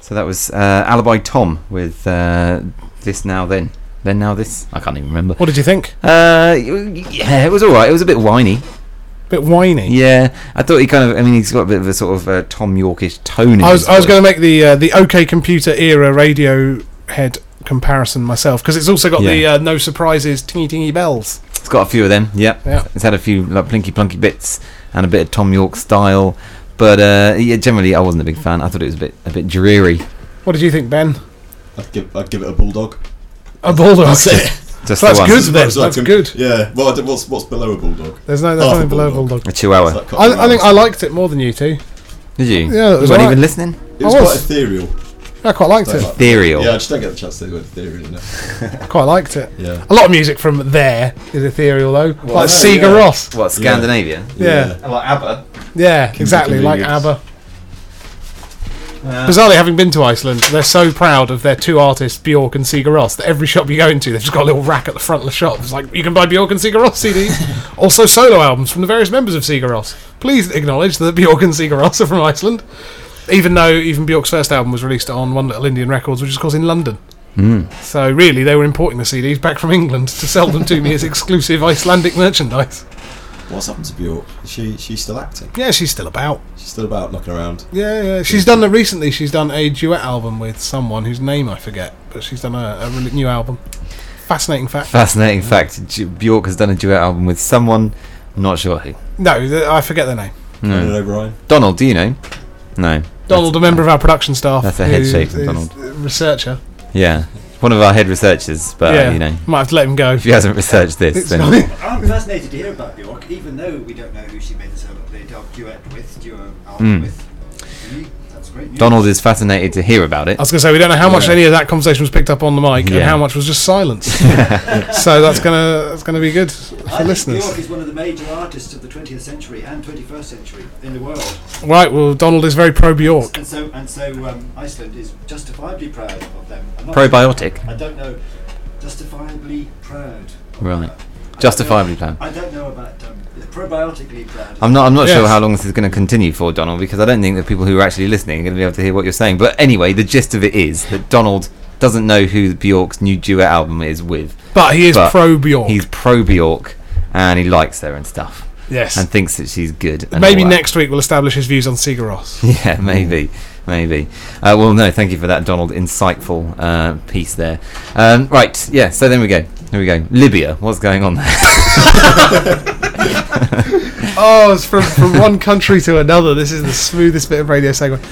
[SPEAKER 2] So that was uh, Alibi Tom with uh, This Now Then. Then Now This? I can't even remember.
[SPEAKER 1] What did you think?
[SPEAKER 2] Uh, yeah, it was alright. It was a bit whiny.
[SPEAKER 1] bit whiny.
[SPEAKER 2] Yeah, I thought he kind of. I mean, he's got a bit of a sort of uh, Tom Yorkish tone. In
[SPEAKER 1] I
[SPEAKER 2] his
[SPEAKER 1] was I was
[SPEAKER 2] voice.
[SPEAKER 1] going to make the uh, the OK Computer era radio head comparison myself because it's also got the
[SPEAKER 2] Yeah.
[SPEAKER 1] uh, no surprises tingy tingy bells.
[SPEAKER 2] It's got a few of them. Yep.
[SPEAKER 1] Yeah.
[SPEAKER 2] It's had a few like plinky plunky bits and a bit of Tom York style. But uh, yeah, generally, I wasn't a big fan. I thought it was a bit a bit dreary.
[SPEAKER 1] What did you think, Ben?
[SPEAKER 7] I'd give, I'd give it a bulldog.
[SPEAKER 1] A bulldog. That's,
[SPEAKER 2] Just the
[SPEAKER 1] that's
[SPEAKER 2] one.
[SPEAKER 1] good then.
[SPEAKER 7] It's
[SPEAKER 1] That's,
[SPEAKER 7] like a-
[SPEAKER 1] good.
[SPEAKER 7] Yeah. Well, I don't- what's what's below a bulldog?
[SPEAKER 1] There's no there's
[SPEAKER 7] Half a
[SPEAKER 1] nothing below
[SPEAKER 7] bulldog.
[SPEAKER 1] bulldog.
[SPEAKER 2] A
[SPEAKER 7] It's
[SPEAKER 2] chihuahua.
[SPEAKER 7] like
[SPEAKER 1] I, I think I
[SPEAKER 7] Cockney
[SPEAKER 1] liked it more than you two.
[SPEAKER 2] Did you?
[SPEAKER 1] Yeah, it was
[SPEAKER 2] you weren't
[SPEAKER 1] alright.
[SPEAKER 2] even listening.
[SPEAKER 7] Mouse. It was,
[SPEAKER 1] I was.
[SPEAKER 7] quite ethereal.
[SPEAKER 1] I quite liked it.
[SPEAKER 7] Like-
[SPEAKER 2] Ethereal.
[SPEAKER 7] Yeah, I just don't get the chance to do it ethereal enough.
[SPEAKER 1] Quite liked it.
[SPEAKER 7] Yeah.
[SPEAKER 1] A lot of music from there is ethereal though, like
[SPEAKER 7] no,
[SPEAKER 1] Sigur
[SPEAKER 7] yeah.
[SPEAKER 1] Ross.
[SPEAKER 2] What Scandinavia?
[SPEAKER 1] Yeah.
[SPEAKER 2] Like ABBA.
[SPEAKER 1] Yeah, exactly, like
[SPEAKER 7] Convenience.
[SPEAKER 1] ABBA. Bizarrely, having been to Iceland, they're so proud of their two artists, Bjork and Sigur Rós, that every shop you go into, they've just got a little rack at the front of the shop. It's like, you can buy Bjork and Sigur Rós CDs, also solo albums from the various members of Sigur Rós. Please acknowledge that Bjork and Sigur Rós are from Iceland, even though even Bjork's first album was released on One Little Indian Records, which is, of course, in London. So, really, they were importing the CDs back from England to sell them to me as exclusive Icelandic merchandise.
[SPEAKER 7] What's happened to Bjork? Is she she's still acting.
[SPEAKER 1] Yeah, she's still about.
[SPEAKER 7] She's still about knocking around.
[SPEAKER 1] Yeah, yeah. She's done a, recently. She's done a duet album with someone whose name I forget, but she's done a, a really new album. Fascinating fact.
[SPEAKER 2] Fascinating fact: J- Bjork has done a duet album with someone. I'm not sure who.
[SPEAKER 1] No, th- I forget their name.
[SPEAKER 7] Conan O'Brien.
[SPEAKER 2] Donald, do you know? No.
[SPEAKER 1] Donald, a member of our production staff.
[SPEAKER 2] that's a head
[SPEAKER 1] who
[SPEAKER 2] shape from
[SPEAKER 1] is
[SPEAKER 2] Donald.
[SPEAKER 1] a Researcher.
[SPEAKER 2] Yeah, one of our head researchers, but
[SPEAKER 1] yeah,
[SPEAKER 2] you know,
[SPEAKER 1] might have to let him go.
[SPEAKER 2] if he hasn't researched this,
[SPEAKER 1] It's
[SPEAKER 2] then
[SPEAKER 10] I'm fascinated to hear about Bjork, even though we don't know who she made this album, the dub duet with, duo album
[SPEAKER 2] Mm.
[SPEAKER 10] with. Really? That's great news.
[SPEAKER 2] Donald is fascinated to hear about it.
[SPEAKER 1] I was going to say we don't know how much
[SPEAKER 7] Yeah.
[SPEAKER 1] any of that conversation was picked up on the mic and
[SPEAKER 2] Yeah.
[SPEAKER 1] how much was just silence. so that's gonna that's gonna be good
[SPEAKER 10] I
[SPEAKER 1] for
[SPEAKER 10] think
[SPEAKER 1] listeners.
[SPEAKER 10] Bjork is one of the major artists of the 20th century and 21st century in the world.
[SPEAKER 1] Right. Well, Donald is very pro Bjork.
[SPEAKER 10] And so, and so um, Iceland is justifiably proud of them. I'm not-
[SPEAKER 2] Probiotic.
[SPEAKER 10] I don't know. Justifiably proud. of
[SPEAKER 2] Right.
[SPEAKER 10] that. I don't
[SPEAKER 2] Justifiably
[SPEAKER 10] know-
[SPEAKER 2] proud.
[SPEAKER 10] I don't know about um, probiotically proud.
[SPEAKER 2] I'm not. I'm not sure
[SPEAKER 1] Yes.
[SPEAKER 2] how long this is going to continue for Donald because I don't think the people who are actually listening are going to be able to hear what you're saying. But anyway, the gist of it is that Donald doesn't know who Bjork's new duet album is with.
[SPEAKER 1] But he is
[SPEAKER 2] But
[SPEAKER 1] pro Bjork.
[SPEAKER 2] He's pro Bjork, and he likes her and stuff,
[SPEAKER 1] yes.
[SPEAKER 2] and thinks that she's good. and
[SPEAKER 1] Maybe
[SPEAKER 2] all that.
[SPEAKER 1] next week we'll establish his views on Sigur Rós.
[SPEAKER 2] Yeah, maybe, maybe. Uh, well, no, thank you for that, Donald. Insightful uh, piece there. Um, right, yeah. So then we go. Here we go. Libya. What's going on there?
[SPEAKER 1] Oh, it's from, from one country to another. This is the smoothest bit of radio segment.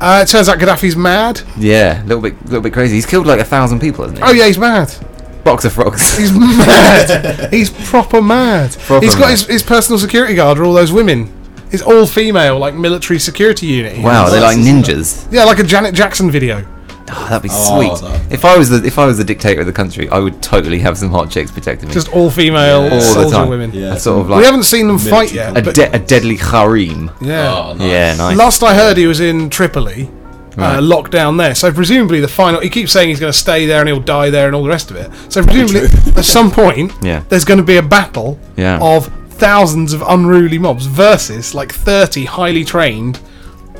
[SPEAKER 1] Uh, it turns out Gaddafi's mad.
[SPEAKER 2] yeah, a little bit, little bit crazy. He's killed like a thousand people, hasn't he?
[SPEAKER 1] Oh yeah, he's mad.
[SPEAKER 2] box of frogs.
[SPEAKER 1] He's mad. he's proper mad.
[SPEAKER 2] Proper
[SPEAKER 1] he's got
[SPEAKER 2] mad.
[SPEAKER 1] his, his personal security guard are all those women. It's all female, like military security unit.
[SPEAKER 2] wow, they're like ninjas.
[SPEAKER 1] Yeah, like a Janet Jackson video.
[SPEAKER 2] Oh, that'd be
[SPEAKER 7] Oh,
[SPEAKER 2] sweet.
[SPEAKER 7] that-
[SPEAKER 2] If I was the if I was the dictator of the country, I would totally have some hot chicks protecting me.
[SPEAKER 1] Just all female
[SPEAKER 2] all
[SPEAKER 1] soldier
[SPEAKER 2] the time.
[SPEAKER 1] women.
[SPEAKER 7] Yeah.
[SPEAKER 2] A sort of
[SPEAKER 1] we
[SPEAKER 2] like
[SPEAKER 1] haven't seen them fight yet.
[SPEAKER 2] a, Oh.
[SPEAKER 1] but-
[SPEAKER 2] de- a deadly harem.
[SPEAKER 1] yeah.
[SPEAKER 2] Yeah, nice.
[SPEAKER 1] Last I heard, he was in Tripoli,
[SPEAKER 2] Right.
[SPEAKER 1] uh, locked down there. So presumably the final. He keeps saying he's going to stay there and he'll die there and all the rest of it. So presumably at some point,
[SPEAKER 2] Yeah.
[SPEAKER 1] there's going to be a battle
[SPEAKER 2] Yeah.
[SPEAKER 1] of thousands of unruly mobs versus like 30 highly trained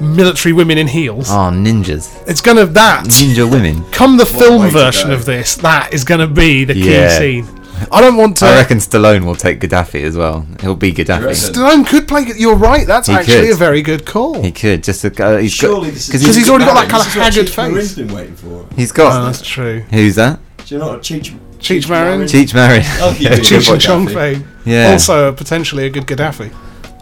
[SPEAKER 1] military women in heels.
[SPEAKER 2] Oh, ninjas,
[SPEAKER 1] It's going to that
[SPEAKER 2] ninja women.
[SPEAKER 1] come the film
[SPEAKER 7] way to
[SPEAKER 1] version
[SPEAKER 7] go.
[SPEAKER 1] of this. That is going to be the
[SPEAKER 2] Yeah.
[SPEAKER 1] key scene. I don't want to.
[SPEAKER 2] I reckon Stallone will take Gaddafi as well. He'll be Gaddafi.
[SPEAKER 7] reckon?
[SPEAKER 1] Stallone could play. You're right. That's
[SPEAKER 2] He
[SPEAKER 1] actually
[SPEAKER 2] could.
[SPEAKER 1] a very good call.
[SPEAKER 2] He could just to, uh, he's got-
[SPEAKER 7] Surely this is
[SPEAKER 2] 'cause
[SPEAKER 1] Because he's already got that
[SPEAKER 7] This
[SPEAKER 1] kind of
[SPEAKER 7] is what
[SPEAKER 1] haggard
[SPEAKER 7] Cheech Marin's
[SPEAKER 1] face.
[SPEAKER 7] been waiting for.
[SPEAKER 2] he's
[SPEAKER 1] Oh,
[SPEAKER 2] got
[SPEAKER 1] that's true.
[SPEAKER 2] who's that?
[SPEAKER 7] Do you know what Cheech?
[SPEAKER 1] Cheech Marin.
[SPEAKER 2] Cheech Marin.
[SPEAKER 7] Oh,
[SPEAKER 2] Yeah,
[SPEAKER 7] you do.
[SPEAKER 1] Cheech and
[SPEAKER 7] Gaddafi.
[SPEAKER 1] Chong fame.
[SPEAKER 2] Yeah.
[SPEAKER 1] Also, potentially a good Gaddafi.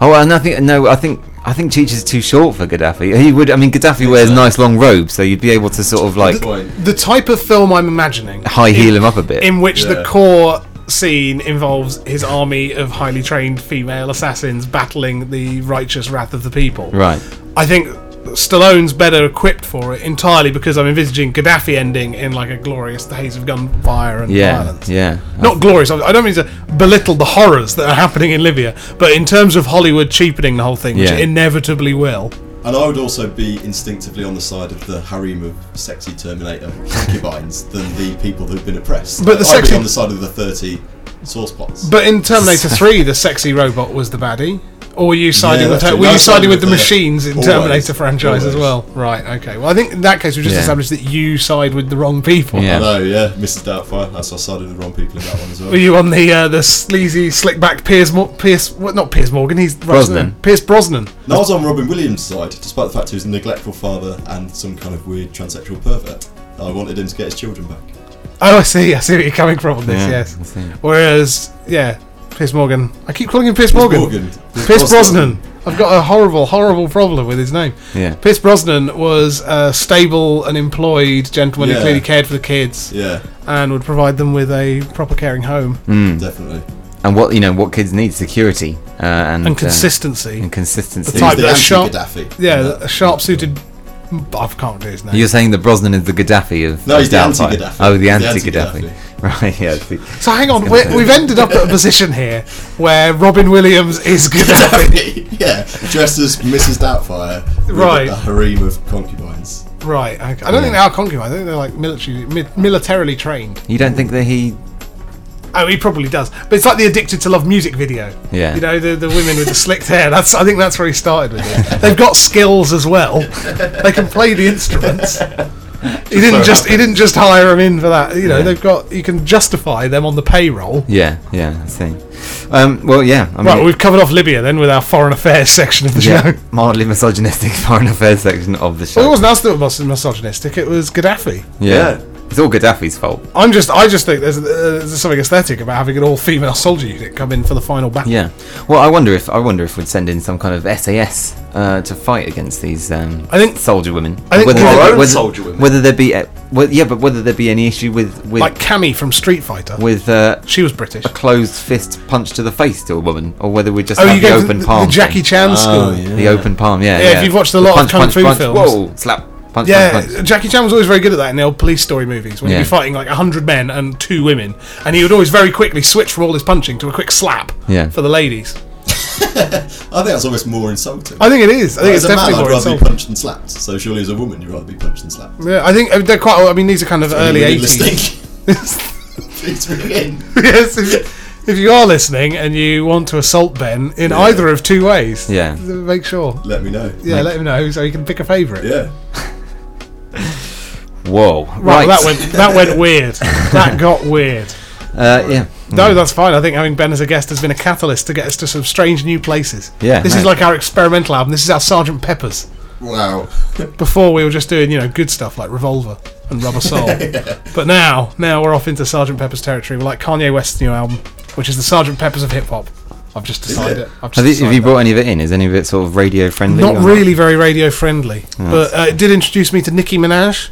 [SPEAKER 2] Oh, and I think no, I think I think Cheech is too short for Gaddafi. He would, I mean, Gaddafi wears nice long robes, so you'd be able to sort of like
[SPEAKER 7] Point.
[SPEAKER 1] The type of film I'm imagining,
[SPEAKER 2] high heel him up a bit.
[SPEAKER 1] in which the
[SPEAKER 7] Yeah.
[SPEAKER 1] core scene involves his army of highly trained female assassins battling the righteous wrath of the people.
[SPEAKER 2] Right.
[SPEAKER 1] I think Stallone's better equipped for it entirely because I'm envisaging Gaddafi ending in like a glorious haze of gunfire and
[SPEAKER 2] Yeah.
[SPEAKER 1] violence.
[SPEAKER 2] Yeah.
[SPEAKER 1] Not glorious. I I don't mean to belittle the horrors that are happening in Libya, but in terms of Hollywood cheapening the whole thing, which
[SPEAKER 2] Yeah.
[SPEAKER 1] it inevitably will.
[SPEAKER 7] And I would also be instinctively on the side of the harem of sexy Terminator concubines than the people who've been oppressed.
[SPEAKER 1] But the
[SPEAKER 7] I'd
[SPEAKER 1] sexy-
[SPEAKER 7] be on the side of the thirty saucepots.
[SPEAKER 1] But in Terminator Three, the sexy robot was the baddie. Or were you siding
[SPEAKER 7] Yeah,
[SPEAKER 1] with
[SPEAKER 7] that's
[SPEAKER 1] her?
[SPEAKER 7] it.
[SPEAKER 1] Were
[SPEAKER 7] No,
[SPEAKER 1] you
[SPEAKER 7] I sided
[SPEAKER 1] siding with the
[SPEAKER 7] with the-
[SPEAKER 1] machines in
[SPEAKER 7] always,
[SPEAKER 1] Terminator franchise as well?
[SPEAKER 7] always.
[SPEAKER 1] Right. Okay. Well, I think in that case we just
[SPEAKER 2] Yeah.
[SPEAKER 1] established that you side with the wrong people.
[SPEAKER 2] Yeah.
[SPEAKER 7] No, yeah, Mrs. Doubtfire. That's I sided with the wrong people in that one as well.
[SPEAKER 1] Were you on the uh, the sleazy slick back Piers Mor- Piers what not Piers Morgan? He's Russian.
[SPEAKER 2] Brosnan.
[SPEAKER 1] Piers Brosnan.
[SPEAKER 7] And I was on Robin Williams' side, despite the fact he was a neglectful father and some kind of weird transsexual pervert. I wanted him to get his children back.
[SPEAKER 1] Oh, I see. I see where you're coming from on this.
[SPEAKER 2] Yeah, I
[SPEAKER 1] yes.
[SPEAKER 2] see.
[SPEAKER 1] Whereas, yeah, Piers Morgan. I keep calling him Piers Morgan.
[SPEAKER 7] Morgan.
[SPEAKER 1] Pierce Brosnan. I've got a horrible, horrible problem with his name.
[SPEAKER 2] Yeah.
[SPEAKER 1] Pierce Brosnan was a stable and employed gentleman who
[SPEAKER 7] Yeah.
[SPEAKER 1] clearly cared for the kids
[SPEAKER 7] Yeah,
[SPEAKER 1] and would provide them with a proper caring home
[SPEAKER 7] definitely.
[SPEAKER 2] And what you know, what kids need security uh, and
[SPEAKER 1] and
[SPEAKER 2] uh,
[SPEAKER 1] consistency.
[SPEAKER 2] and consistency.
[SPEAKER 1] The type-
[SPEAKER 7] He's
[SPEAKER 1] that
[SPEAKER 7] the
[SPEAKER 1] shot-
[SPEAKER 7] anti-Gaddafi.
[SPEAKER 1] yeah, a sharp-suited. I can't do his name.
[SPEAKER 2] You're saying that Brosnan is the Gaddafi of
[SPEAKER 7] No,
[SPEAKER 2] of
[SPEAKER 7] he's the
[SPEAKER 2] Downfire.
[SPEAKER 7] anti-Gaddafi.
[SPEAKER 2] Oh, the
[SPEAKER 7] He's the
[SPEAKER 2] anti-Gaddafi. Right. Yeah. I see.
[SPEAKER 1] So hang on, we're, we've ended up at a position here where Robin Williams is Gaddafi.
[SPEAKER 7] yeah, dressed as Mrs. Doubtfire with
[SPEAKER 1] Right.
[SPEAKER 7] a harem of concubines.
[SPEAKER 1] right. Okay. I don't think they are concubines. I think they're like military, mi- militarily trained.
[SPEAKER 2] You don't think that he?
[SPEAKER 1] Oh, he probably does. But it's like the Addicted to Love music video.
[SPEAKER 2] Yeah.
[SPEAKER 1] You know, the, the women with the slicked hair. That's I think that's where he started with it. They've got skills as well. They can play the instruments. He didn't just he didn't just hire them in for that. You know, they've got you can justify them on the payroll.
[SPEAKER 2] Yeah. Yeah. I see. Um, well, yeah. I mean,
[SPEAKER 1] Right, we've covered off Libya then with our foreign affairs section of the
[SPEAKER 2] yeah,
[SPEAKER 1] show.
[SPEAKER 2] mildly misogynistic foreign affairs section of the show.
[SPEAKER 1] Well, it wasn't us that was misogynistic. It was Gaddafi.
[SPEAKER 2] yeah. It's all Gaddafi's fault.
[SPEAKER 1] I'm just, I just think there's, uh, there's something aesthetic about having an all-female soldier unit come in for the final battle.
[SPEAKER 2] Yeah. Well, I wonder if I wonder if we'd send in some kind of SAS uh, to fight against these. Um,
[SPEAKER 1] I think-
[SPEAKER 2] soldier women.
[SPEAKER 1] I think
[SPEAKER 2] there-
[SPEAKER 1] Our
[SPEAKER 6] own soldier women.
[SPEAKER 2] Whether there be, uh, well, yeah, but whether there be any issue with with
[SPEAKER 1] Like Cammy from Street Fighter.
[SPEAKER 2] with uh,
[SPEAKER 1] she was British.
[SPEAKER 2] a closed fist punch to the face to a woman, or whether we just
[SPEAKER 1] Oh,
[SPEAKER 2] have
[SPEAKER 1] you
[SPEAKER 2] the
[SPEAKER 1] go to
[SPEAKER 2] open
[SPEAKER 1] the,
[SPEAKER 2] palm.
[SPEAKER 1] the Jackie
[SPEAKER 2] thing.
[SPEAKER 1] Chan school.
[SPEAKER 2] The open palm. Yeah.
[SPEAKER 1] Yeah, if you've watched a lot of
[SPEAKER 2] punch,
[SPEAKER 1] Kung
[SPEAKER 2] punch,
[SPEAKER 1] Fu
[SPEAKER 2] punch,
[SPEAKER 1] films.
[SPEAKER 2] Whoa! Slap. Punch. Punch,
[SPEAKER 1] Yeah,
[SPEAKER 2] punch.
[SPEAKER 1] Jackie Chan was always very good at that in the old police story movies when he'd
[SPEAKER 2] Yeah.
[SPEAKER 1] be fighting like 100 men and two women, and he would always very quickly switch from all his punching to a quick slap
[SPEAKER 2] Yeah.
[SPEAKER 1] for the ladies.
[SPEAKER 7] I think that's almost more insulting.
[SPEAKER 1] I think it is. I think it's
[SPEAKER 7] as a man,
[SPEAKER 1] definitely
[SPEAKER 7] I'd
[SPEAKER 1] more
[SPEAKER 7] rather be
[SPEAKER 1] insulting.
[SPEAKER 7] punched than slapped. So surely, as a woman, you'd rather be punched than slapped.
[SPEAKER 1] Yeah, I think uh, they're quite. I mean, these are kind of early
[SPEAKER 7] Anyone
[SPEAKER 1] 80s.
[SPEAKER 7] listening? Please ring in.
[SPEAKER 1] yes, if, if you are listening and you want to assault Ben in either of two ways,
[SPEAKER 2] Yeah.
[SPEAKER 1] make sure.
[SPEAKER 7] Let me know.
[SPEAKER 1] Yeah, let him know so he can pick a favourite.
[SPEAKER 7] Yeah.
[SPEAKER 2] Whoa!
[SPEAKER 1] Right,
[SPEAKER 2] Right.
[SPEAKER 1] well, that went that went weird. that got weird.
[SPEAKER 2] Uh, yeah.
[SPEAKER 1] No, that's fine. I think having Ben as a guest has been a catalyst to get us to some strange new places.
[SPEAKER 2] Yeah,
[SPEAKER 1] This is
[SPEAKER 2] no.
[SPEAKER 1] like our experimental album. This is our Sergeant Pepper's.
[SPEAKER 7] Wow.
[SPEAKER 1] Before we were just doing, you know, good stuff like Revolver and Rubber Soul. But now, now we're off into Sergeant Pepper's territory. We're like Kanye West's new album. which is the Sergeant Pepper's of hip hop. I've just decided.
[SPEAKER 6] it?
[SPEAKER 1] I've just
[SPEAKER 2] Have you, have
[SPEAKER 1] decided
[SPEAKER 2] you
[SPEAKER 1] that.
[SPEAKER 2] brought any of it in? Is any of it sort of radio friendly?
[SPEAKER 1] Not
[SPEAKER 2] or-
[SPEAKER 1] really very radio friendly,
[SPEAKER 2] Oh,
[SPEAKER 1] but uh, it did introduce me to Nicki Minaj,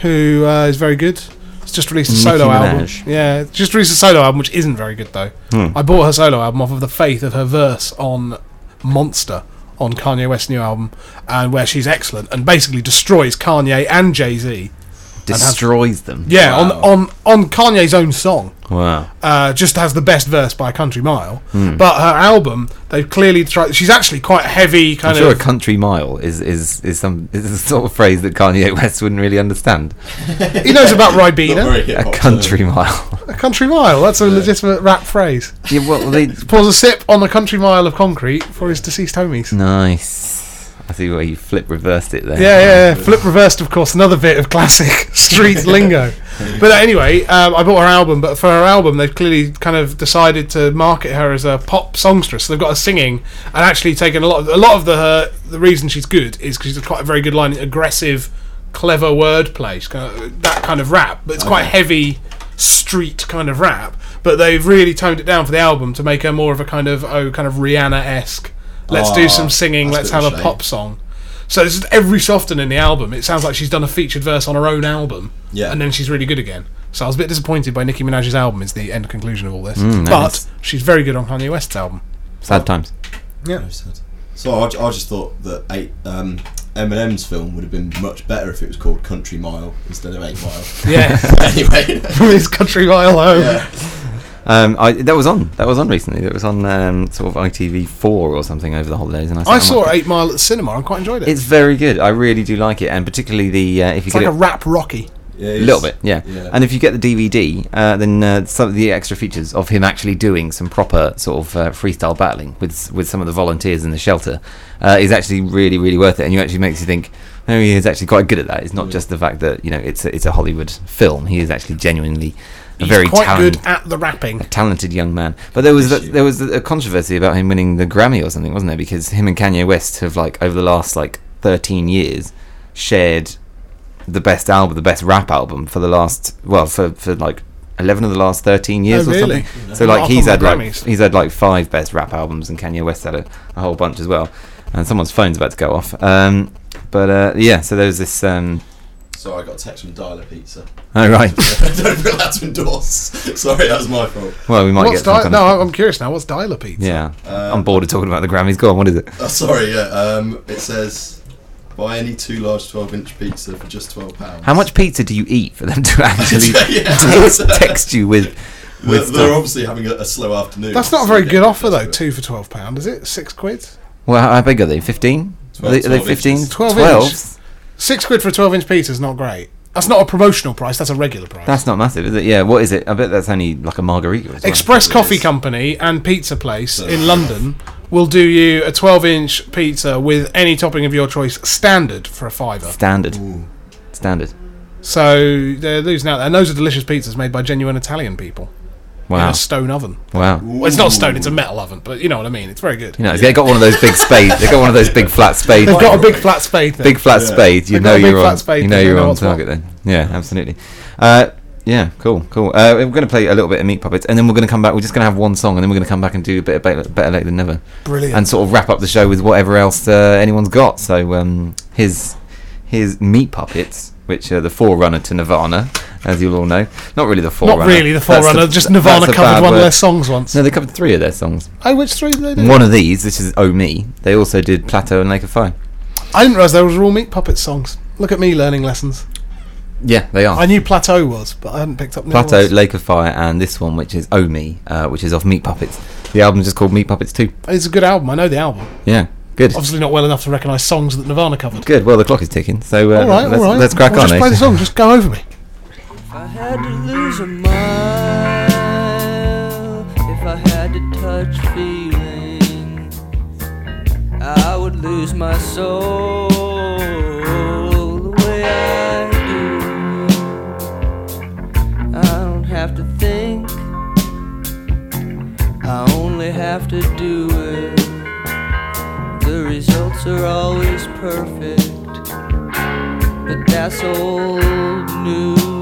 [SPEAKER 1] who uh, is very good. It's just released a
[SPEAKER 2] Nicki
[SPEAKER 1] solo album.
[SPEAKER 2] Minaj.
[SPEAKER 1] Yeah, it's just released a solo album, which isn't very good though.
[SPEAKER 2] Hmm.
[SPEAKER 1] I bought her solo album off of the faith of her verse on Monster on Kanye West's new album, and where she's excellent and basically destroys Kanye and Jay Z.
[SPEAKER 2] Destroys them.
[SPEAKER 1] Yeah, on, on on Kanye's own song
[SPEAKER 2] Wow.
[SPEAKER 1] uh, just has the best verse by a country mile.
[SPEAKER 2] Hmm.
[SPEAKER 1] But her album, they've clearly tried. She's actually quite heavy,
[SPEAKER 2] I'm
[SPEAKER 1] kind
[SPEAKER 2] sure a
[SPEAKER 1] of.
[SPEAKER 2] country mile is, is, is some is the sort of phrase that Kanye West wouldn't really understand.
[SPEAKER 1] He knows about
[SPEAKER 7] Not
[SPEAKER 1] Ribena.
[SPEAKER 7] very hip
[SPEAKER 2] A
[SPEAKER 7] hop.
[SPEAKER 2] country mile.
[SPEAKER 1] A country mile. That's a legitimate rap phrase.
[SPEAKER 2] yeah, well, they,
[SPEAKER 1] Pours a sip on a country mile of concrete for his deceased homies.
[SPEAKER 2] nice. I see where you flip reversed it there.
[SPEAKER 1] Yeah, yeah, yeah. Flip reversed, of course. Another bit of classic street lingo. But uh, anyway, um, I bought her album. But for her album, they've clearly kind of decided to market her as a pop songstress. So they've got her singing and actually taken a lot. Of, a lot of the her, the reason she's good is because she's quite a very good line, aggressive, clever wordplay, she's kind of, that kind of rap. But it's quite heavy street kind of rap. But they've really toned it down for the album to make her more of a kind of oh, kind of Rihanna esque. Let's do
[SPEAKER 7] Ah,
[SPEAKER 1] some singing. Let's
[SPEAKER 7] that's a bit
[SPEAKER 1] have
[SPEAKER 7] of
[SPEAKER 1] a
[SPEAKER 7] shame.
[SPEAKER 1] pop song. So this is every so often in the album, it sounds like she's done a featured verse on her own album,
[SPEAKER 7] Yeah.
[SPEAKER 1] and then she's really good again. So I was a bit disappointed by Nicki Minaj's album. Is the end conclusion of all this,
[SPEAKER 2] Mm, nice.
[SPEAKER 1] but she's very good on Kanye West's album.
[SPEAKER 2] Sad times.
[SPEAKER 7] No sad. So I, ju- I just thought that eight, um, Eminem's film would have been much better if it was called Country Mile instead of Eight Mile.
[SPEAKER 1] Yeah,
[SPEAKER 7] anyway,
[SPEAKER 1] it's country mile home.
[SPEAKER 7] yeah.
[SPEAKER 2] Um, I, that was on. That was on recently. That was on um, sort of ITV4 or something over the holidays. And I,
[SPEAKER 1] I
[SPEAKER 2] said,
[SPEAKER 1] saw
[SPEAKER 2] might-
[SPEAKER 1] Eight Mile at the cinema. I quite enjoyed it.
[SPEAKER 2] It's
[SPEAKER 1] It's,
[SPEAKER 2] very good. I really do like it, and particularly the uh, if you get
[SPEAKER 1] like
[SPEAKER 2] it,
[SPEAKER 1] a rap Rocky.
[SPEAKER 7] yeah
[SPEAKER 2] A little bit, yeah.
[SPEAKER 7] Yeah.
[SPEAKER 2] And if you get the DVD, uh, then uh, some of the extra features of him actually doing some proper sort of uh, freestyle battling with with some of the volunteers in the shelter uh, is actually really really worth it, and you actually makes you think. No, he is actually quite good at that. It's not just the fact that you know it's a, it's a Hollywood film. He is actually genuinely a
[SPEAKER 1] He's
[SPEAKER 2] very
[SPEAKER 1] quite
[SPEAKER 2] talented
[SPEAKER 1] good at the rapping.
[SPEAKER 2] talented young man. But there was
[SPEAKER 7] Yes,
[SPEAKER 2] that
[SPEAKER 7] you-
[SPEAKER 2] there was a controversy about him winning the Grammy or something, wasn't there? Because him and Kanye West have like over the last like thirteen years shared the best album, the best rap album for the last well for for like. Eleven of the last thirteen years,
[SPEAKER 1] Oh,
[SPEAKER 2] or
[SPEAKER 1] really?
[SPEAKER 2] something. So,
[SPEAKER 1] Not
[SPEAKER 2] like,
[SPEAKER 1] off
[SPEAKER 2] he's
[SPEAKER 1] on
[SPEAKER 2] had
[SPEAKER 1] the
[SPEAKER 2] like
[SPEAKER 1] Grammys.
[SPEAKER 2] he's had like five best rap albums, and Kanye West had a, a whole bunch as well. And someone's phone's about to go off. Um, but uh, yeah, so there was this. Um,
[SPEAKER 7] So I got a text from Dialer Pizza.
[SPEAKER 2] oh right,
[SPEAKER 7] I don't feel allowed to endorse. Sorry, that was my fault.
[SPEAKER 2] well we might
[SPEAKER 1] What's
[SPEAKER 2] get some
[SPEAKER 1] di-
[SPEAKER 2] kind
[SPEAKER 1] no,
[SPEAKER 2] of,
[SPEAKER 1] I'm curious now. What's dial-up pizza?
[SPEAKER 2] yeah.
[SPEAKER 7] Uh,
[SPEAKER 2] I'm bored of talking about the Grammys. Go on, what is it?
[SPEAKER 7] Oh, sorry, yeah. Um, it says buy any two large 12 inch pizza for just £12.
[SPEAKER 2] How much pizza do you eat for them to actually
[SPEAKER 7] Yeah.
[SPEAKER 2] text, text you with?
[SPEAKER 7] They're,
[SPEAKER 2] with
[SPEAKER 7] they're
[SPEAKER 2] stuff?
[SPEAKER 7] obviously having a, a slow afternoon.
[SPEAKER 1] That's not a
[SPEAKER 7] So
[SPEAKER 1] very
[SPEAKER 7] they
[SPEAKER 1] good
[SPEAKER 7] don't
[SPEAKER 1] offer
[SPEAKER 7] do
[SPEAKER 1] though.
[SPEAKER 7] it.
[SPEAKER 1] Two for twelve pound, is it? Six quid.
[SPEAKER 2] Well, how big are they? Fifteen? Are
[SPEAKER 7] Twelve-
[SPEAKER 2] they- are they
[SPEAKER 7] twelve inches.
[SPEAKER 2] fifteen?
[SPEAKER 1] Twelve inch.
[SPEAKER 2] Twelve?
[SPEAKER 1] Six quid for a twelve-inch pizza is not great. That's not a promotional price. That's a regular price.
[SPEAKER 2] That's not massive, is it? Yeah. What is it? I bet that's only like a margarita. As well.
[SPEAKER 1] Express
[SPEAKER 7] Probably
[SPEAKER 1] Coffee
[SPEAKER 7] is.
[SPEAKER 1] Company and Pizza Place in London will do you a 12 inch pizza with any topping of your choice standard for a fiver.
[SPEAKER 2] Standard. Standard.
[SPEAKER 1] So they're losing out. And those are delicious pizzas made by genuine Italian people in
[SPEAKER 2] Wow.
[SPEAKER 1] a stone oven.
[SPEAKER 2] Wow.
[SPEAKER 1] Well, it's not stone, it's a metal oven, but you know what I mean. It's very good.
[SPEAKER 2] You know, they got one of those big spades. They got one of those big flat spades.
[SPEAKER 1] They've got a big flat spade thing.
[SPEAKER 2] big flat
[SPEAKER 7] Yeah.
[SPEAKER 2] spades. You
[SPEAKER 1] They've
[SPEAKER 2] know
[SPEAKER 1] got a big
[SPEAKER 2] you're
[SPEAKER 1] flat
[SPEAKER 2] on.
[SPEAKER 1] spade
[SPEAKER 2] You
[SPEAKER 1] thing,
[SPEAKER 2] know
[SPEAKER 1] they
[SPEAKER 2] you're
[SPEAKER 1] know
[SPEAKER 2] on
[SPEAKER 1] what's what.
[SPEAKER 2] target then. Yeah, absolutely. Uh, yeah, cool, cool. Uh, we're going to play a little bit of Meat Puppets, and then we're going to come back. We're just going to have one song, and then we're going to come back and do a bit of better, better late than never.
[SPEAKER 1] Brilliant.
[SPEAKER 2] and sort of wrap up the show with whatever else uh, anyone's got. So um, his his meat puppets, which are the forerunner to Nirvana, as you'll all know. Not really the
[SPEAKER 1] not
[SPEAKER 2] forerunner.
[SPEAKER 1] really the
[SPEAKER 2] That's
[SPEAKER 1] forerunner, just Nirvana
[SPEAKER 2] that's a bad
[SPEAKER 1] covered one
[SPEAKER 2] word.
[SPEAKER 1] of their songs once.
[SPEAKER 2] No, they covered three of their songs.
[SPEAKER 1] Oh, which three did they do?
[SPEAKER 2] One of these, this is Oh Me. They also did Plateau and Lake of Fire.
[SPEAKER 1] I didn't realise there was all Meat Puppets songs. Look at me learning lessons.
[SPEAKER 2] Yeah, they are.
[SPEAKER 1] I knew Plateau was, but I hadn't picked up the other
[SPEAKER 2] Plateau,
[SPEAKER 1] ones.
[SPEAKER 2] Lake of Fire, and this one, which is Oh Me, uh, which is off Meat Puppets. The album's just called Meat Puppets 2.
[SPEAKER 1] It's a good album. I know the album.
[SPEAKER 2] Yeah, good.
[SPEAKER 1] Obviously, not well enough to recognise songs that Nirvana covered.
[SPEAKER 2] Good. Well, the clock is ticking, so uh,
[SPEAKER 1] All right,
[SPEAKER 2] let's,
[SPEAKER 1] all right.
[SPEAKER 2] let's crack
[SPEAKER 1] Well,
[SPEAKER 2] on.
[SPEAKER 1] Just
[SPEAKER 2] eh?
[SPEAKER 1] play the song. Just go over me.
[SPEAKER 9] I had to lose a mile if I had to touch feeling. I would lose my soul the way I do. I don't have to think, I only have to do it. The results are always perfect but that's old news.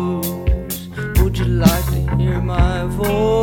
[SPEAKER 9] Would you like to hear my voice?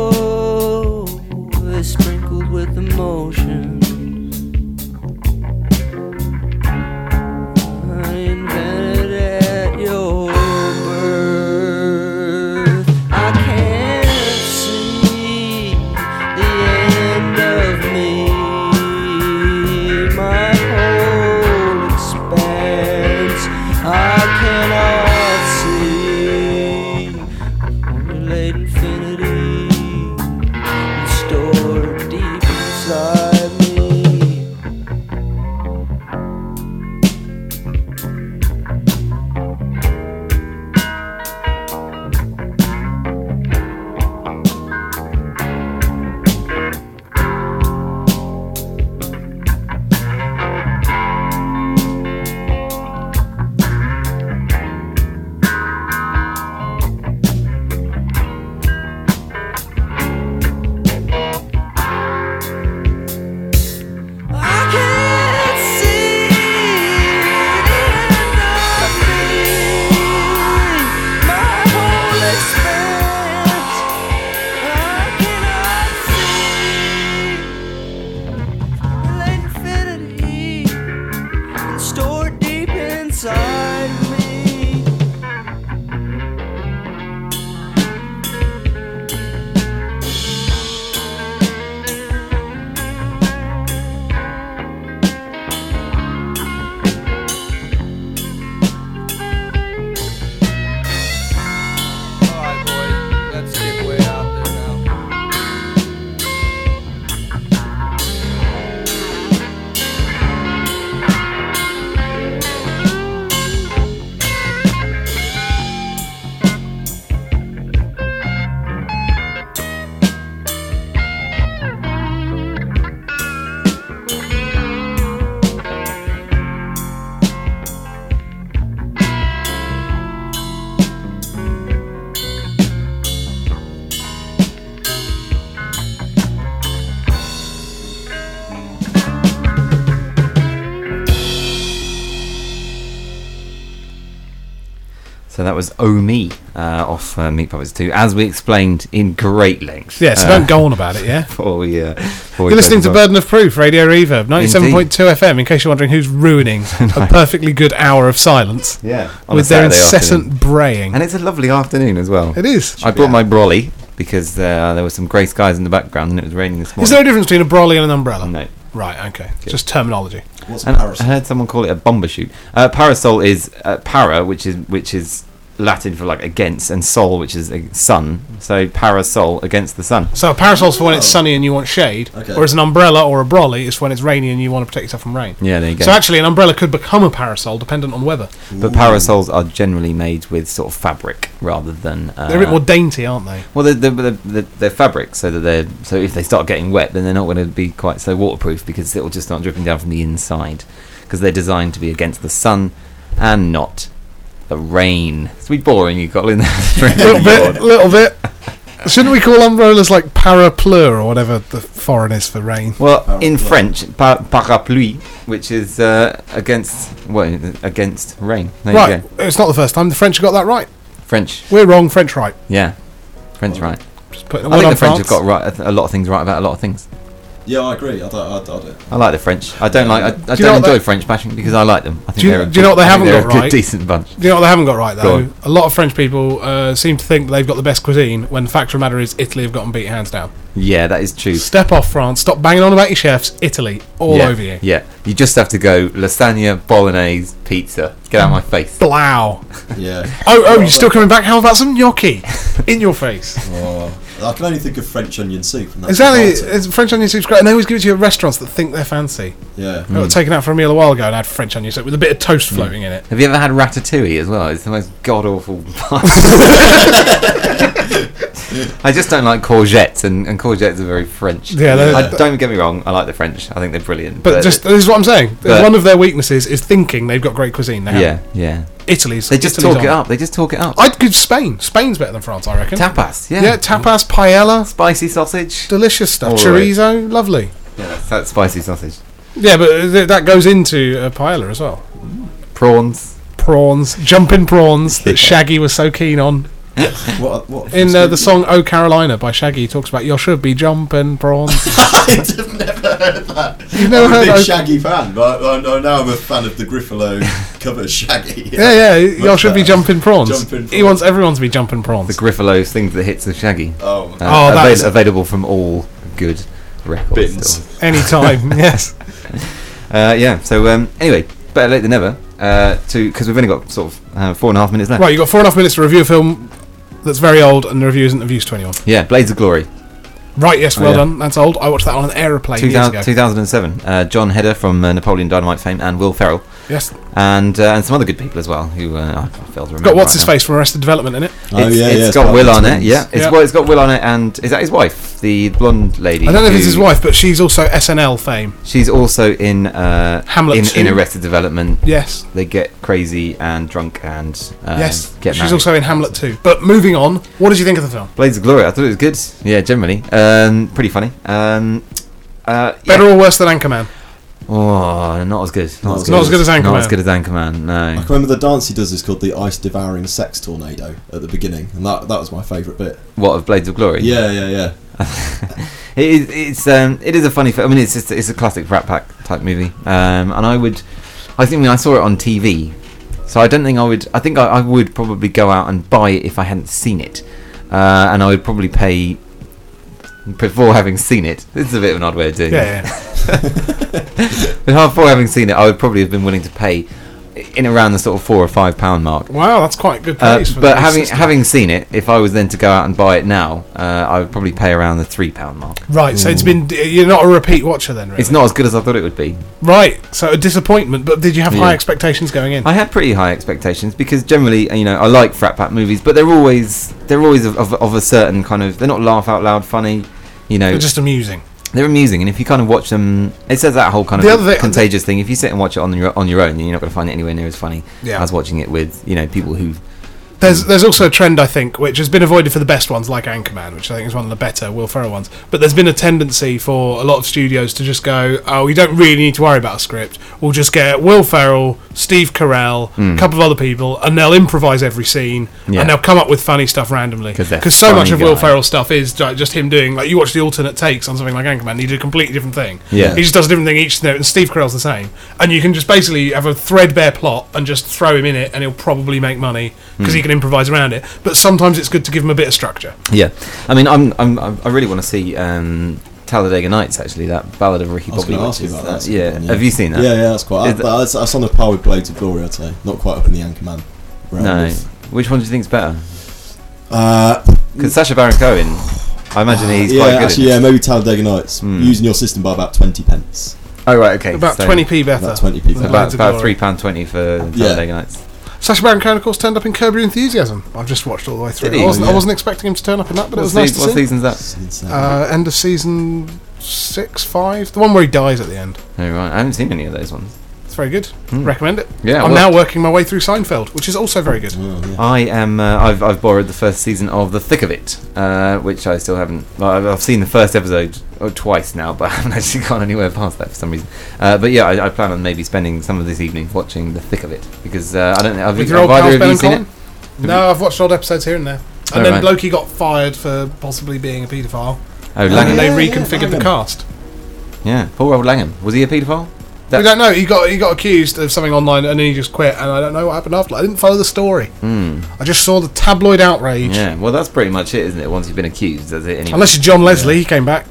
[SPEAKER 2] So that was Oh Me uh, off uh, Meat Puppets 2, as we explained in great length.
[SPEAKER 1] Yeah, so
[SPEAKER 2] uh,
[SPEAKER 1] don't go on about it, yeah?
[SPEAKER 2] Before we, uh, before we
[SPEAKER 1] You're
[SPEAKER 2] go
[SPEAKER 1] listening to
[SPEAKER 2] on.
[SPEAKER 1] Burden of Proof, Radio Reverb, 97.2
[SPEAKER 2] Indeed.
[SPEAKER 1] FM, in case you're wondering who's ruining a perfectly good hour of silence
[SPEAKER 2] Yeah. on a
[SPEAKER 1] with their
[SPEAKER 2] Saturday
[SPEAKER 1] incessant
[SPEAKER 2] afternoon.
[SPEAKER 1] braying.
[SPEAKER 2] And it's a lovely afternoon as well.
[SPEAKER 1] It is.
[SPEAKER 2] I brought my brolly because uh, there were some grey skies in the background and it was raining this morning.
[SPEAKER 1] Is there a difference between a brolly and an umbrella?
[SPEAKER 2] no.
[SPEAKER 1] Right, okay. Just terminology.
[SPEAKER 7] What's a
[SPEAKER 2] And uh, I
[SPEAKER 7] parasol?
[SPEAKER 2] heard someone call it a bomber shoot. Uh, parasol is uh, para, which is which is Latin for like against, and sol, which is uh, sun. So parasol against the sun.
[SPEAKER 1] So a parasol's for when
[SPEAKER 2] Oh.
[SPEAKER 1] it's sunny and you want shade,
[SPEAKER 7] Okay.
[SPEAKER 1] whereas an umbrella or a brolly is when it's rainy and you want to protect yourself from rain.
[SPEAKER 2] Yeah, there you go.
[SPEAKER 1] So actually, an umbrella could become a parasol dependent on weather.
[SPEAKER 2] but parasols are generally made with sort of fabric rather than. Uh,
[SPEAKER 1] They're a bit more dainty, aren't they?
[SPEAKER 2] well, they're, they're, they're, they're- they're fabric, so that they're so if they start getting wet, then they're not going to be quite so waterproof because it will just start dripping down from the inside. Because they're designed to be against the sun and not the rain. It's really boring, you got in there.
[SPEAKER 1] little bit, little bit. Shouldn't we call umbrellas like parapleur or whatever the foreign is for rain?
[SPEAKER 2] Well, in
[SPEAKER 7] Parapluie.
[SPEAKER 2] French, par- parapluie, which is uh, against well, against rain. There
[SPEAKER 1] right,
[SPEAKER 2] you go.
[SPEAKER 1] it's not the first time the French got that right.
[SPEAKER 2] French,
[SPEAKER 1] We're wrong, French right.
[SPEAKER 2] yeah, French right.
[SPEAKER 1] Just putting
[SPEAKER 2] I
[SPEAKER 1] one
[SPEAKER 2] think
[SPEAKER 1] on
[SPEAKER 2] the French
[SPEAKER 1] France.
[SPEAKER 2] have got right a lot of things right about a lot of things.
[SPEAKER 7] Yeah, I agree. I don't. I, I don't.
[SPEAKER 2] I like the French. I don't like. I, I
[SPEAKER 1] Do you know
[SPEAKER 2] don't
[SPEAKER 1] what
[SPEAKER 2] enjoy
[SPEAKER 1] they-
[SPEAKER 2] French bashing because I like them. I think
[SPEAKER 1] Do you-
[SPEAKER 2] they're a
[SPEAKER 1] do you know what they
[SPEAKER 2] good- I
[SPEAKER 1] haven't
[SPEAKER 2] think they're
[SPEAKER 1] got
[SPEAKER 2] a good,
[SPEAKER 1] right?
[SPEAKER 2] decent bunch.
[SPEAKER 1] Do you know what they haven't got right
[SPEAKER 2] Go
[SPEAKER 1] though?
[SPEAKER 2] on.
[SPEAKER 1] A lot of French people uh, seem to think they've got the best cuisine when the fact of the matter is Italy have gotten beat hands down.
[SPEAKER 2] Yeah, that is true.
[SPEAKER 1] Step off France, stop banging on about your chefs, Italy, all
[SPEAKER 2] yeah,
[SPEAKER 1] over you.
[SPEAKER 2] Yeah, you just have to go lasagna, bolognese, pizza. Get out of my face.
[SPEAKER 1] Blow.
[SPEAKER 7] Yeah.
[SPEAKER 1] Oh, oh, you're still coming back? How about some gnocchi? In your face.
[SPEAKER 7] Oh, I can only think of French onion soup. And that's
[SPEAKER 1] Exactly.
[SPEAKER 7] revolting.
[SPEAKER 1] It's French onion soup's great, and they always give it to you at restaurants that think they're fancy.
[SPEAKER 7] Yeah.
[SPEAKER 2] Hmm.
[SPEAKER 1] I got taken out for a meal a while ago and had French onion soup with a bit of toast floating in it.
[SPEAKER 2] Have you ever had ratatouille as well? It's the most god awful. I just don't like courgettes, and, and courgettes are very French.
[SPEAKER 1] Yeah, they're-
[SPEAKER 2] I, don't get me wrong. I like the French. I think they're brilliant.
[SPEAKER 1] But just this is what I'm saying.
[SPEAKER 2] but-
[SPEAKER 1] One of their weaknesses is thinking they've got great cuisine. They
[SPEAKER 2] yeah,
[SPEAKER 1] haven't.
[SPEAKER 2] yeah.
[SPEAKER 1] Italy's.
[SPEAKER 2] They just
[SPEAKER 1] Italy's
[SPEAKER 2] talk it
[SPEAKER 1] on.
[SPEAKER 2] up. They just talk it up.
[SPEAKER 1] I'd give Spain. Spain's better than France, I reckon.
[SPEAKER 2] Tapas. Yeah.
[SPEAKER 1] yeah, tapas, paella,
[SPEAKER 2] Spicy sausage.
[SPEAKER 1] delicious stuff.
[SPEAKER 2] All right.
[SPEAKER 1] Chorizo, lovely.
[SPEAKER 2] Yeah, that's, that's spicy sausage.
[SPEAKER 1] Yeah, but th- that goes into uh, paella as well.
[SPEAKER 2] Prawns.
[SPEAKER 1] Prawns, jumping prawns that Shaggy was so keen on.
[SPEAKER 7] What? What?
[SPEAKER 1] In uh, the song "Oh Carolina" by Shaggy, he talks about you should be jumping prawns.
[SPEAKER 7] I've never heard that.
[SPEAKER 1] You've
[SPEAKER 2] Oh,
[SPEAKER 1] never
[SPEAKER 7] I'm a
[SPEAKER 1] heard Oh
[SPEAKER 7] big
[SPEAKER 1] of-
[SPEAKER 7] Shaggy fan, but I, I, now I'm a fan of the Griffalo cover of Shaggy.
[SPEAKER 1] yeah, yeah, you should be
[SPEAKER 7] better.
[SPEAKER 1] jumping prawns.
[SPEAKER 7] Jumping
[SPEAKER 1] He
[SPEAKER 7] prawns.
[SPEAKER 1] wants everyone to be jumping prawns.
[SPEAKER 2] The Griffalo's things that hits the Shaggy. Uh,
[SPEAKER 7] Oh, my
[SPEAKER 1] Oh, that
[SPEAKER 2] avail-
[SPEAKER 1] is-
[SPEAKER 2] available from all good records.
[SPEAKER 6] Bins.
[SPEAKER 7] Oh,
[SPEAKER 1] Anytime, yes.
[SPEAKER 2] Uh, yeah. So um, anyway, better late than never. Uh, to because we've only got sort of uh, four and a half minutes left.
[SPEAKER 1] Right, you've got four and a half minutes to review a film that's very old and the review isn't of use to anyone.
[SPEAKER 2] Yeah, Blades of Glory,
[SPEAKER 1] Right, yes, well
[SPEAKER 2] Oh, yeah.
[SPEAKER 1] done. That's old. I watched that on an aeroplane years
[SPEAKER 2] 2000,
[SPEAKER 1] ago.
[SPEAKER 2] 2007. Uh, John Heder from uh, Napoleon Dynamite fame and Will Ferrell,
[SPEAKER 1] Yes.
[SPEAKER 2] and uh, and some other good people as well who uh, I failed to remember.
[SPEAKER 1] Got what's
[SPEAKER 2] right
[SPEAKER 1] his
[SPEAKER 2] now.
[SPEAKER 1] face from Arrested Development in it.
[SPEAKER 7] Oh,
[SPEAKER 2] it's,
[SPEAKER 7] yeah, yeah,
[SPEAKER 2] it's
[SPEAKER 7] it's
[SPEAKER 2] got
[SPEAKER 7] about
[SPEAKER 2] Will
[SPEAKER 7] the
[SPEAKER 2] on it.
[SPEAKER 7] twins.
[SPEAKER 2] Yeah, it's
[SPEAKER 1] Yeah.
[SPEAKER 2] well, it's got Will on it, and is that his wife, the blonde lady?
[SPEAKER 1] I don't know if it's his
[SPEAKER 2] who-
[SPEAKER 1] wife, but she's also SNL fame.
[SPEAKER 2] She's also in uh,
[SPEAKER 1] Hamlet
[SPEAKER 2] in, in
[SPEAKER 1] two.
[SPEAKER 2] Arrested Development.
[SPEAKER 1] Yes.
[SPEAKER 2] They get crazy and drunk and um,
[SPEAKER 1] yes.
[SPEAKER 2] get
[SPEAKER 1] she's
[SPEAKER 2] married.
[SPEAKER 1] also in Hamlet too. But moving on, what did you think of the film?
[SPEAKER 2] Blades of Glory. I thought it was good. Yeah, generally, um, pretty funny. Um, uh, yeah.
[SPEAKER 1] Better or worse than Anchorman?
[SPEAKER 2] Oh, not as good. Not, as, good
[SPEAKER 1] Not as good as
[SPEAKER 2] Not
[SPEAKER 1] Anchorman.
[SPEAKER 2] as good as Anchorman.
[SPEAKER 7] I
[SPEAKER 2] No.
[SPEAKER 7] can remember the dance he does is called the ice devouring sex tornado at the beginning, and that that was my favourite bit.
[SPEAKER 2] What of Blades of Glory?
[SPEAKER 7] Yeah, yeah, yeah.
[SPEAKER 2] It is. It's um. It is a funny. Film. I mean, it's just it's a classic Rat Pack type movie. Um, and I would, I think when I saw it on TV, so I don't think I would. I think I, I would probably go out and buy it if I hadn't seen it, uh, and I would probably pay before having seen it. This is a bit of an odd way of doing
[SPEAKER 1] Yeah,
[SPEAKER 2] it.
[SPEAKER 1] yeah. yeah.
[SPEAKER 2] But before having seen it, I would probably have been willing to pay in around the sort of four or five pound mark.
[SPEAKER 1] Wow, that's quite good
[SPEAKER 2] Uh,
[SPEAKER 1] praise for
[SPEAKER 2] but
[SPEAKER 1] the
[SPEAKER 2] having
[SPEAKER 1] system.
[SPEAKER 2] having seen it, if I was then to go out and buy it now, uh, I would probably pay around the three pound mark.
[SPEAKER 1] Right, so it's been you're not a repeat watcher then, really.
[SPEAKER 2] It's not as good as I thought it would be.
[SPEAKER 1] Right, so a disappointment, but did you have
[SPEAKER 2] Yeah.
[SPEAKER 1] high expectations going in?
[SPEAKER 2] I had pretty high expectations because generally, uh, you know, I like frat pack movies, but they're always they're always of, of, of a certain kind of. They're not laugh out loud funny. You know,
[SPEAKER 1] They're just amusing.
[SPEAKER 2] they're amusing, and if you kind of watch them, it says that whole kind of
[SPEAKER 1] The other thing-
[SPEAKER 2] contagious thing. If you sit and watch it on your on your own, then you're not going to find it anywhere near as funny
[SPEAKER 1] Yeah.
[SPEAKER 2] as watching it with you know people who
[SPEAKER 1] There's there's also a trend I think which has been avoided for the best ones like Anchorman, which I think is one of the better Will Ferrell ones. But there's been a tendency for a lot of studios to just go, oh, we don't really need to worry about a script. We'll just get Will Ferrell, Steve Carell, a couple of other people, and they'll improvise every scene
[SPEAKER 2] Hmm. Yeah.
[SPEAKER 1] and they'll come up with funny stuff randomly
[SPEAKER 2] 'Cause they're
[SPEAKER 1] because so much
[SPEAKER 2] funny
[SPEAKER 1] of Will
[SPEAKER 2] guy.
[SPEAKER 1] Ferrell stuff is ju- just him doing like you watch the alternate takes on something like Anchorman, he did a completely different thing.
[SPEAKER 2] Yeah.
[SPEAKER 1] he just does a different thing each note, and Steve Carell's the same. And you can just basically have a threadbare plot and just throw him in it, and he'll probably make money because
[SPEAKER 2] Hmm.
[SPEAKER 1] he can improvise around it. But sometimes it's good to give him a bit of structure.
[SPEAKER 2] Yeah, I mean, I'm, I'm, I'm- I really want to see um, Talladega Nights. Actually, that Ballad of Ricky
[SPEAKER 7] I was
[SPEAKER 2] Bobby.
[SPEAKER 7] going
[SPEAKER 2] which
[SPEAKER 7] to ask you
[SPEAKER 2] is,
[SPEAKER 7] about
[SPEAKER 2] uh,
[SPEAKER 7] that.
[SPEAKER 2] yeah. have you seen that?
[SPEAKER 7] Yeah, yeah, that's quite.
[SPEAKER 2] Is that-
[SPEAKER 7] That, that's, that's on the par with Blades of Glory, I'd say. Not quite up in the Anchorman. realm
[SPEAKER 2] No.
[SPEAKER 7] of-
[SPEAKER 2] Which one do you think's better?
[SPEAKER 7] Uh,
[SPEAKER 2] Because Sacha Baron Cohen, I imagine he's
[SPEAKER 7] yeah,
[SPEAKER 2] quite good.
[SPEAKER 7] actually,
[SPEAKER 2] in
[SPEAKER 7] yeah,
[SPEAKER 2] it.
[SPEAKER 7] maybe Talladega Nights.
[SPEAKER 2] Hmm.
[SPEAKER 7] Using your system by about twenty pence.
[SPEAKER 2] Oh right, okay.
[SPEAKER 1] About
[SPEAKER 2] so
[SPEAKER 1] twenty p better.
[SPEAKER 7] About twenty p.
[SPEAKER 1] Than
[SPEAKER 7] better.
[SPEAKER 1] Blades of
[SPEAKER 2] About, about
[SPEAKER 1] Glory.
[SPEAKER 2] three pound twenty for Talladega Nights.
[SPEAKER 1] Sacha Baron Cohen, of course, turned up in Curb Your Enthusiasm. I've just watched all the way through.
[SPEAKER 2] Did he?
[SPEAKER 1] I, wasn't,
[SPEAKER 7] Yeah.
[SPEAKER 1] I wasn't expecting him to turn up in that, but
[SPEAKER 2] what
[SPEAKER 1] it was
[SPEAKER 2] sea-
[SPEAKER 1] nice to
[SPEAKER 2] what
[SPEAKER 1] see.
[SPEAKER 2] season's that?
[SPEAKER 7] It's insane.
[SPEAKER 1] Uh, end of season six, five, the one where he dies at the end.
[SPEAKER 2] Oh right, I haven't seen any of those ones.
[SPEAKER 1] It's very good. Recommend it.
[SPEAKER 2] Hmm. Yeah,
[SPEAKER 1] I'm
[SPEAKER 2] well-
[SPEAKER 1] now working my way through Seinfeld, which is also very good.
[SPEAKER 7] Oh, yeah.
[SPEAKER 2] I am. Uh, I've, I've borrowed the first season of The Thick of It, uh, which I still haven't. well, I've, I've seen the first episode oh, twice now, but I haven't actually gone anywhere past that for some reason. Uh, but yeah, I, I plan on maybe spending some of this evening watching The Thick of It because uh, I don't know. Have,
[SPEAKER 1] With
[SPEAKER 2] you,
[SPEAKER 1] your old
[SPEAKER 2] have
[SPEAKER 1] pals
[SPEAKER 2] either of
[SPEAKER 1] Ben
[SPEAKER 2] you
[SPEAKER 1] and
[SPEAKER 2] seen
[SPEAKER 1] Colin?
[SPEAKER 2] it?
[SPEAKER 1] No, I've watched old episodes here and there. And
[SPEAKER 2] Oh,
[SPEAKER 1] then
[SPEAKER 2] right.
[SPEAKER 1] Blokey got fired for possibly being a paedophile.
[SPEAKER 2] Oh,
[SPEAKER 1] And then
[SPEAKER 2] Langham.
[SPEAKER 1] they
[SPEAKER 7] yeah, yeah,
[SPEAKER 1] reconfigured the
[SPEAKER 7] Langham.
[SPEAKER 1] cast.
[SPEAKER 2] Yeah, poor old Langham. Was he a paedophile?
[SPEAKER 1] we don't know. He got he got accused of something online and then he just quit. And I don't know what happened after. I didn't follow the story. I just saw the tabloid outrage.
[SPEAKER 2] Hmm. Yeah. Well, that's pretty much it, isn't it? Once you've been accused, that's it. Anyway.
[SPEAKER 1] Unless you're John Leslie, he came back.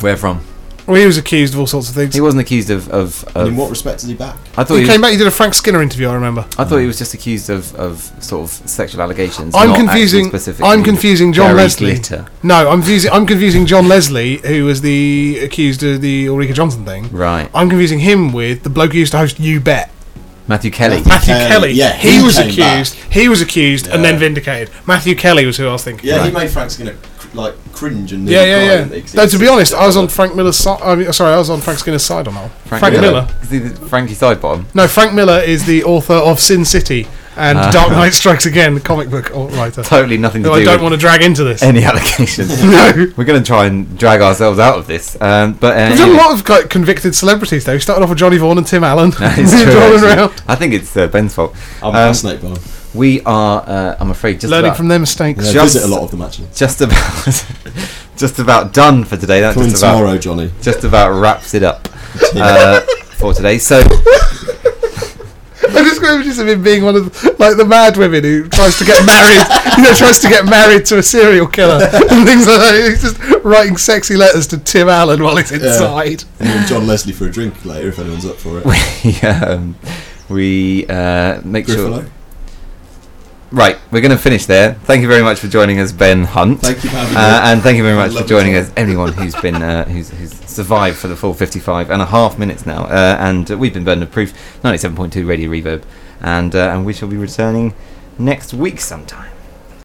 [SPEAKER 2] where from?
[SPEAKER 1] Well, he was accused of all sorts of things.
[SPEAKER 2] He
[SPEAKER 1] He,
[SPEAKER 2] wasn't accused of. of,
[SPEAKER 7] And
[SPEAKER 2] of
[SPEAKER 7] in what respect is he back?
[SPEAKER 2] I thought he, was,
[SPEAKER 1] came back. He did a Frank Skinner interview. I remember.
[SPEAKER 2] I thought he was just accused of, of sort of sexual allegations.
[SPEAKER 1] I'm
[SPEAKER 2] not actually
[SPEAKER 1] confusing.
[SPEAKER 2] specifically
[SPEAKER 1] I'm confusing John
[SPEAKER 2] Gary
[SPEAKER 1] Leslie.
[SPEAKER 2] Glitter.
[SPEAKER 1] No, I'm confusing. I'm confusing John Leslie, who was the accused of the Ulrika Johnson thing.
[SPEAKER 2] Right.
[SPEAKER 1] I'm confusing him with the bloke who used to host You Bet,
[SPEAKER 2] Matthew Kelly.
[SPEAKER 1] Matthew
[SPEAKER 7] Kelly.
[SPEAKER 1] Kelly.
[SPEAKER 7] Um, Yeah,
[SPEAKER 1] he,
[SPEAKER 7] he
[SPEAKER 1] was
[SPEAKER 7] came
[SPEAKER 1] accused. He was accused and then
[SPEAKER 7] Yeah.
[SPEAKER 1] vindicated. Matthew Kelly was who I was thinking.
[SPEAKER 7] Yeah,
[SPEAKER 1] about.
[SPEAKER 7] he made Frank's gonna cr- like cringe and
[SPEAKER 1] yeah,
[SPEAKER 7] nearly
[SPEAKER 1] yeah,
[SPEAKER 7] cry,
[SPEAKER 1] yeah.
[SPEAKER 7] didn't he? 'Cause he
[SPEAKER 1] No, to be
[SPEAKER 7] was-
[SPEAKER 1] honest, I was on Frank Miller's side. I mean, sorry, I was on Frank Skinner's side on that. one. Frank, Miller.
[SPEAKER 2] Is he the Frankie Sidebottom?
[SPEAKER 1] No, Frank Miller is the author of Sin City and Dark Knight Strikes Again, the comic book au- writer.
[SPEAKER 2] Ah. Totally nothing to
[SPEAKER 1] Who
[SPEAKER 2] do
[SPEAKER 1] I don't
[SPEAKER 2] with
[SPEAKER 1] want to drag into this.
[SPEAKER 2] any allegations.
[SPEAKER 1] No.
[SPEAKER 2] We're going to try and drag ourselves out of this. Um, but uh,
[SPEAKER 1] We've done a
[SPEAKER 2] anyway.
[SPEAKER 1] lot of quite convicted celebrities though. We started off with Johnny Vaughan and Tim Allen.
[SPEAKER 2] It's true,
[SPEAKER 1] Rolling
[SPEAKER 2] actually.
[SPEAKER 1] around.
[SPEAKER 2] I think it's uh, Ben's fault.
[SPEAKER 7] I'm
[SPEAKER 2] Um,
[SPEAKER 7] fascinated by him.
[SPEAKER 2] we are, uh, I'm afraid, just
[SPEAKER 1] Learning
[SPEAKER 2] about,
[SPEAKER 1] from their mistakes.
[SPEAKER 7] Yeah, I
[SPEAKER 2] just-
[SPEAKER 7] visit a lot of them actually.
[SPEAKER 2] just about, just about done for today. That
[SPEAKER 7] Come in
[SPEAKER 2] just about,
[SPEAKER 7] tomorrow, Johnny.
[SPEAKER 2] just about wraps it up uh, for today. So
[SPEAKER 1] I just can imagine him being one of the, like the mad women who tries to get married, you know, tries to get married to a serial killer and things like that. He's just writing sexy letters to Tim Allen while he's inside.
[SPEAKER 7] And then John Leslie for a drink later if anyone's up for it.
[SPEAKER 2] we, um, we uh, make sure.
[SPEAKER 7] Griffalo.
[SPEAKER 2] Right, we're going to finish there. Thank you very much for joining us, Ben Hunt.
[SPEAKER 7] Thank you for having me.
[SPEAKER 2] Uh, and thank you very much for
[SPEAKER 7] Lovely
[SPEAKER 2] joining
[SPEAKER 7] talk.
[SPEAKER 2] us, everyone who's been uh, who's, who's survived for the full 55 and a half minutes now. Uh, and uh, we've been Burden of Proof, 97.2 Radio Reverb, and uh, and we shall be returning next week sometime.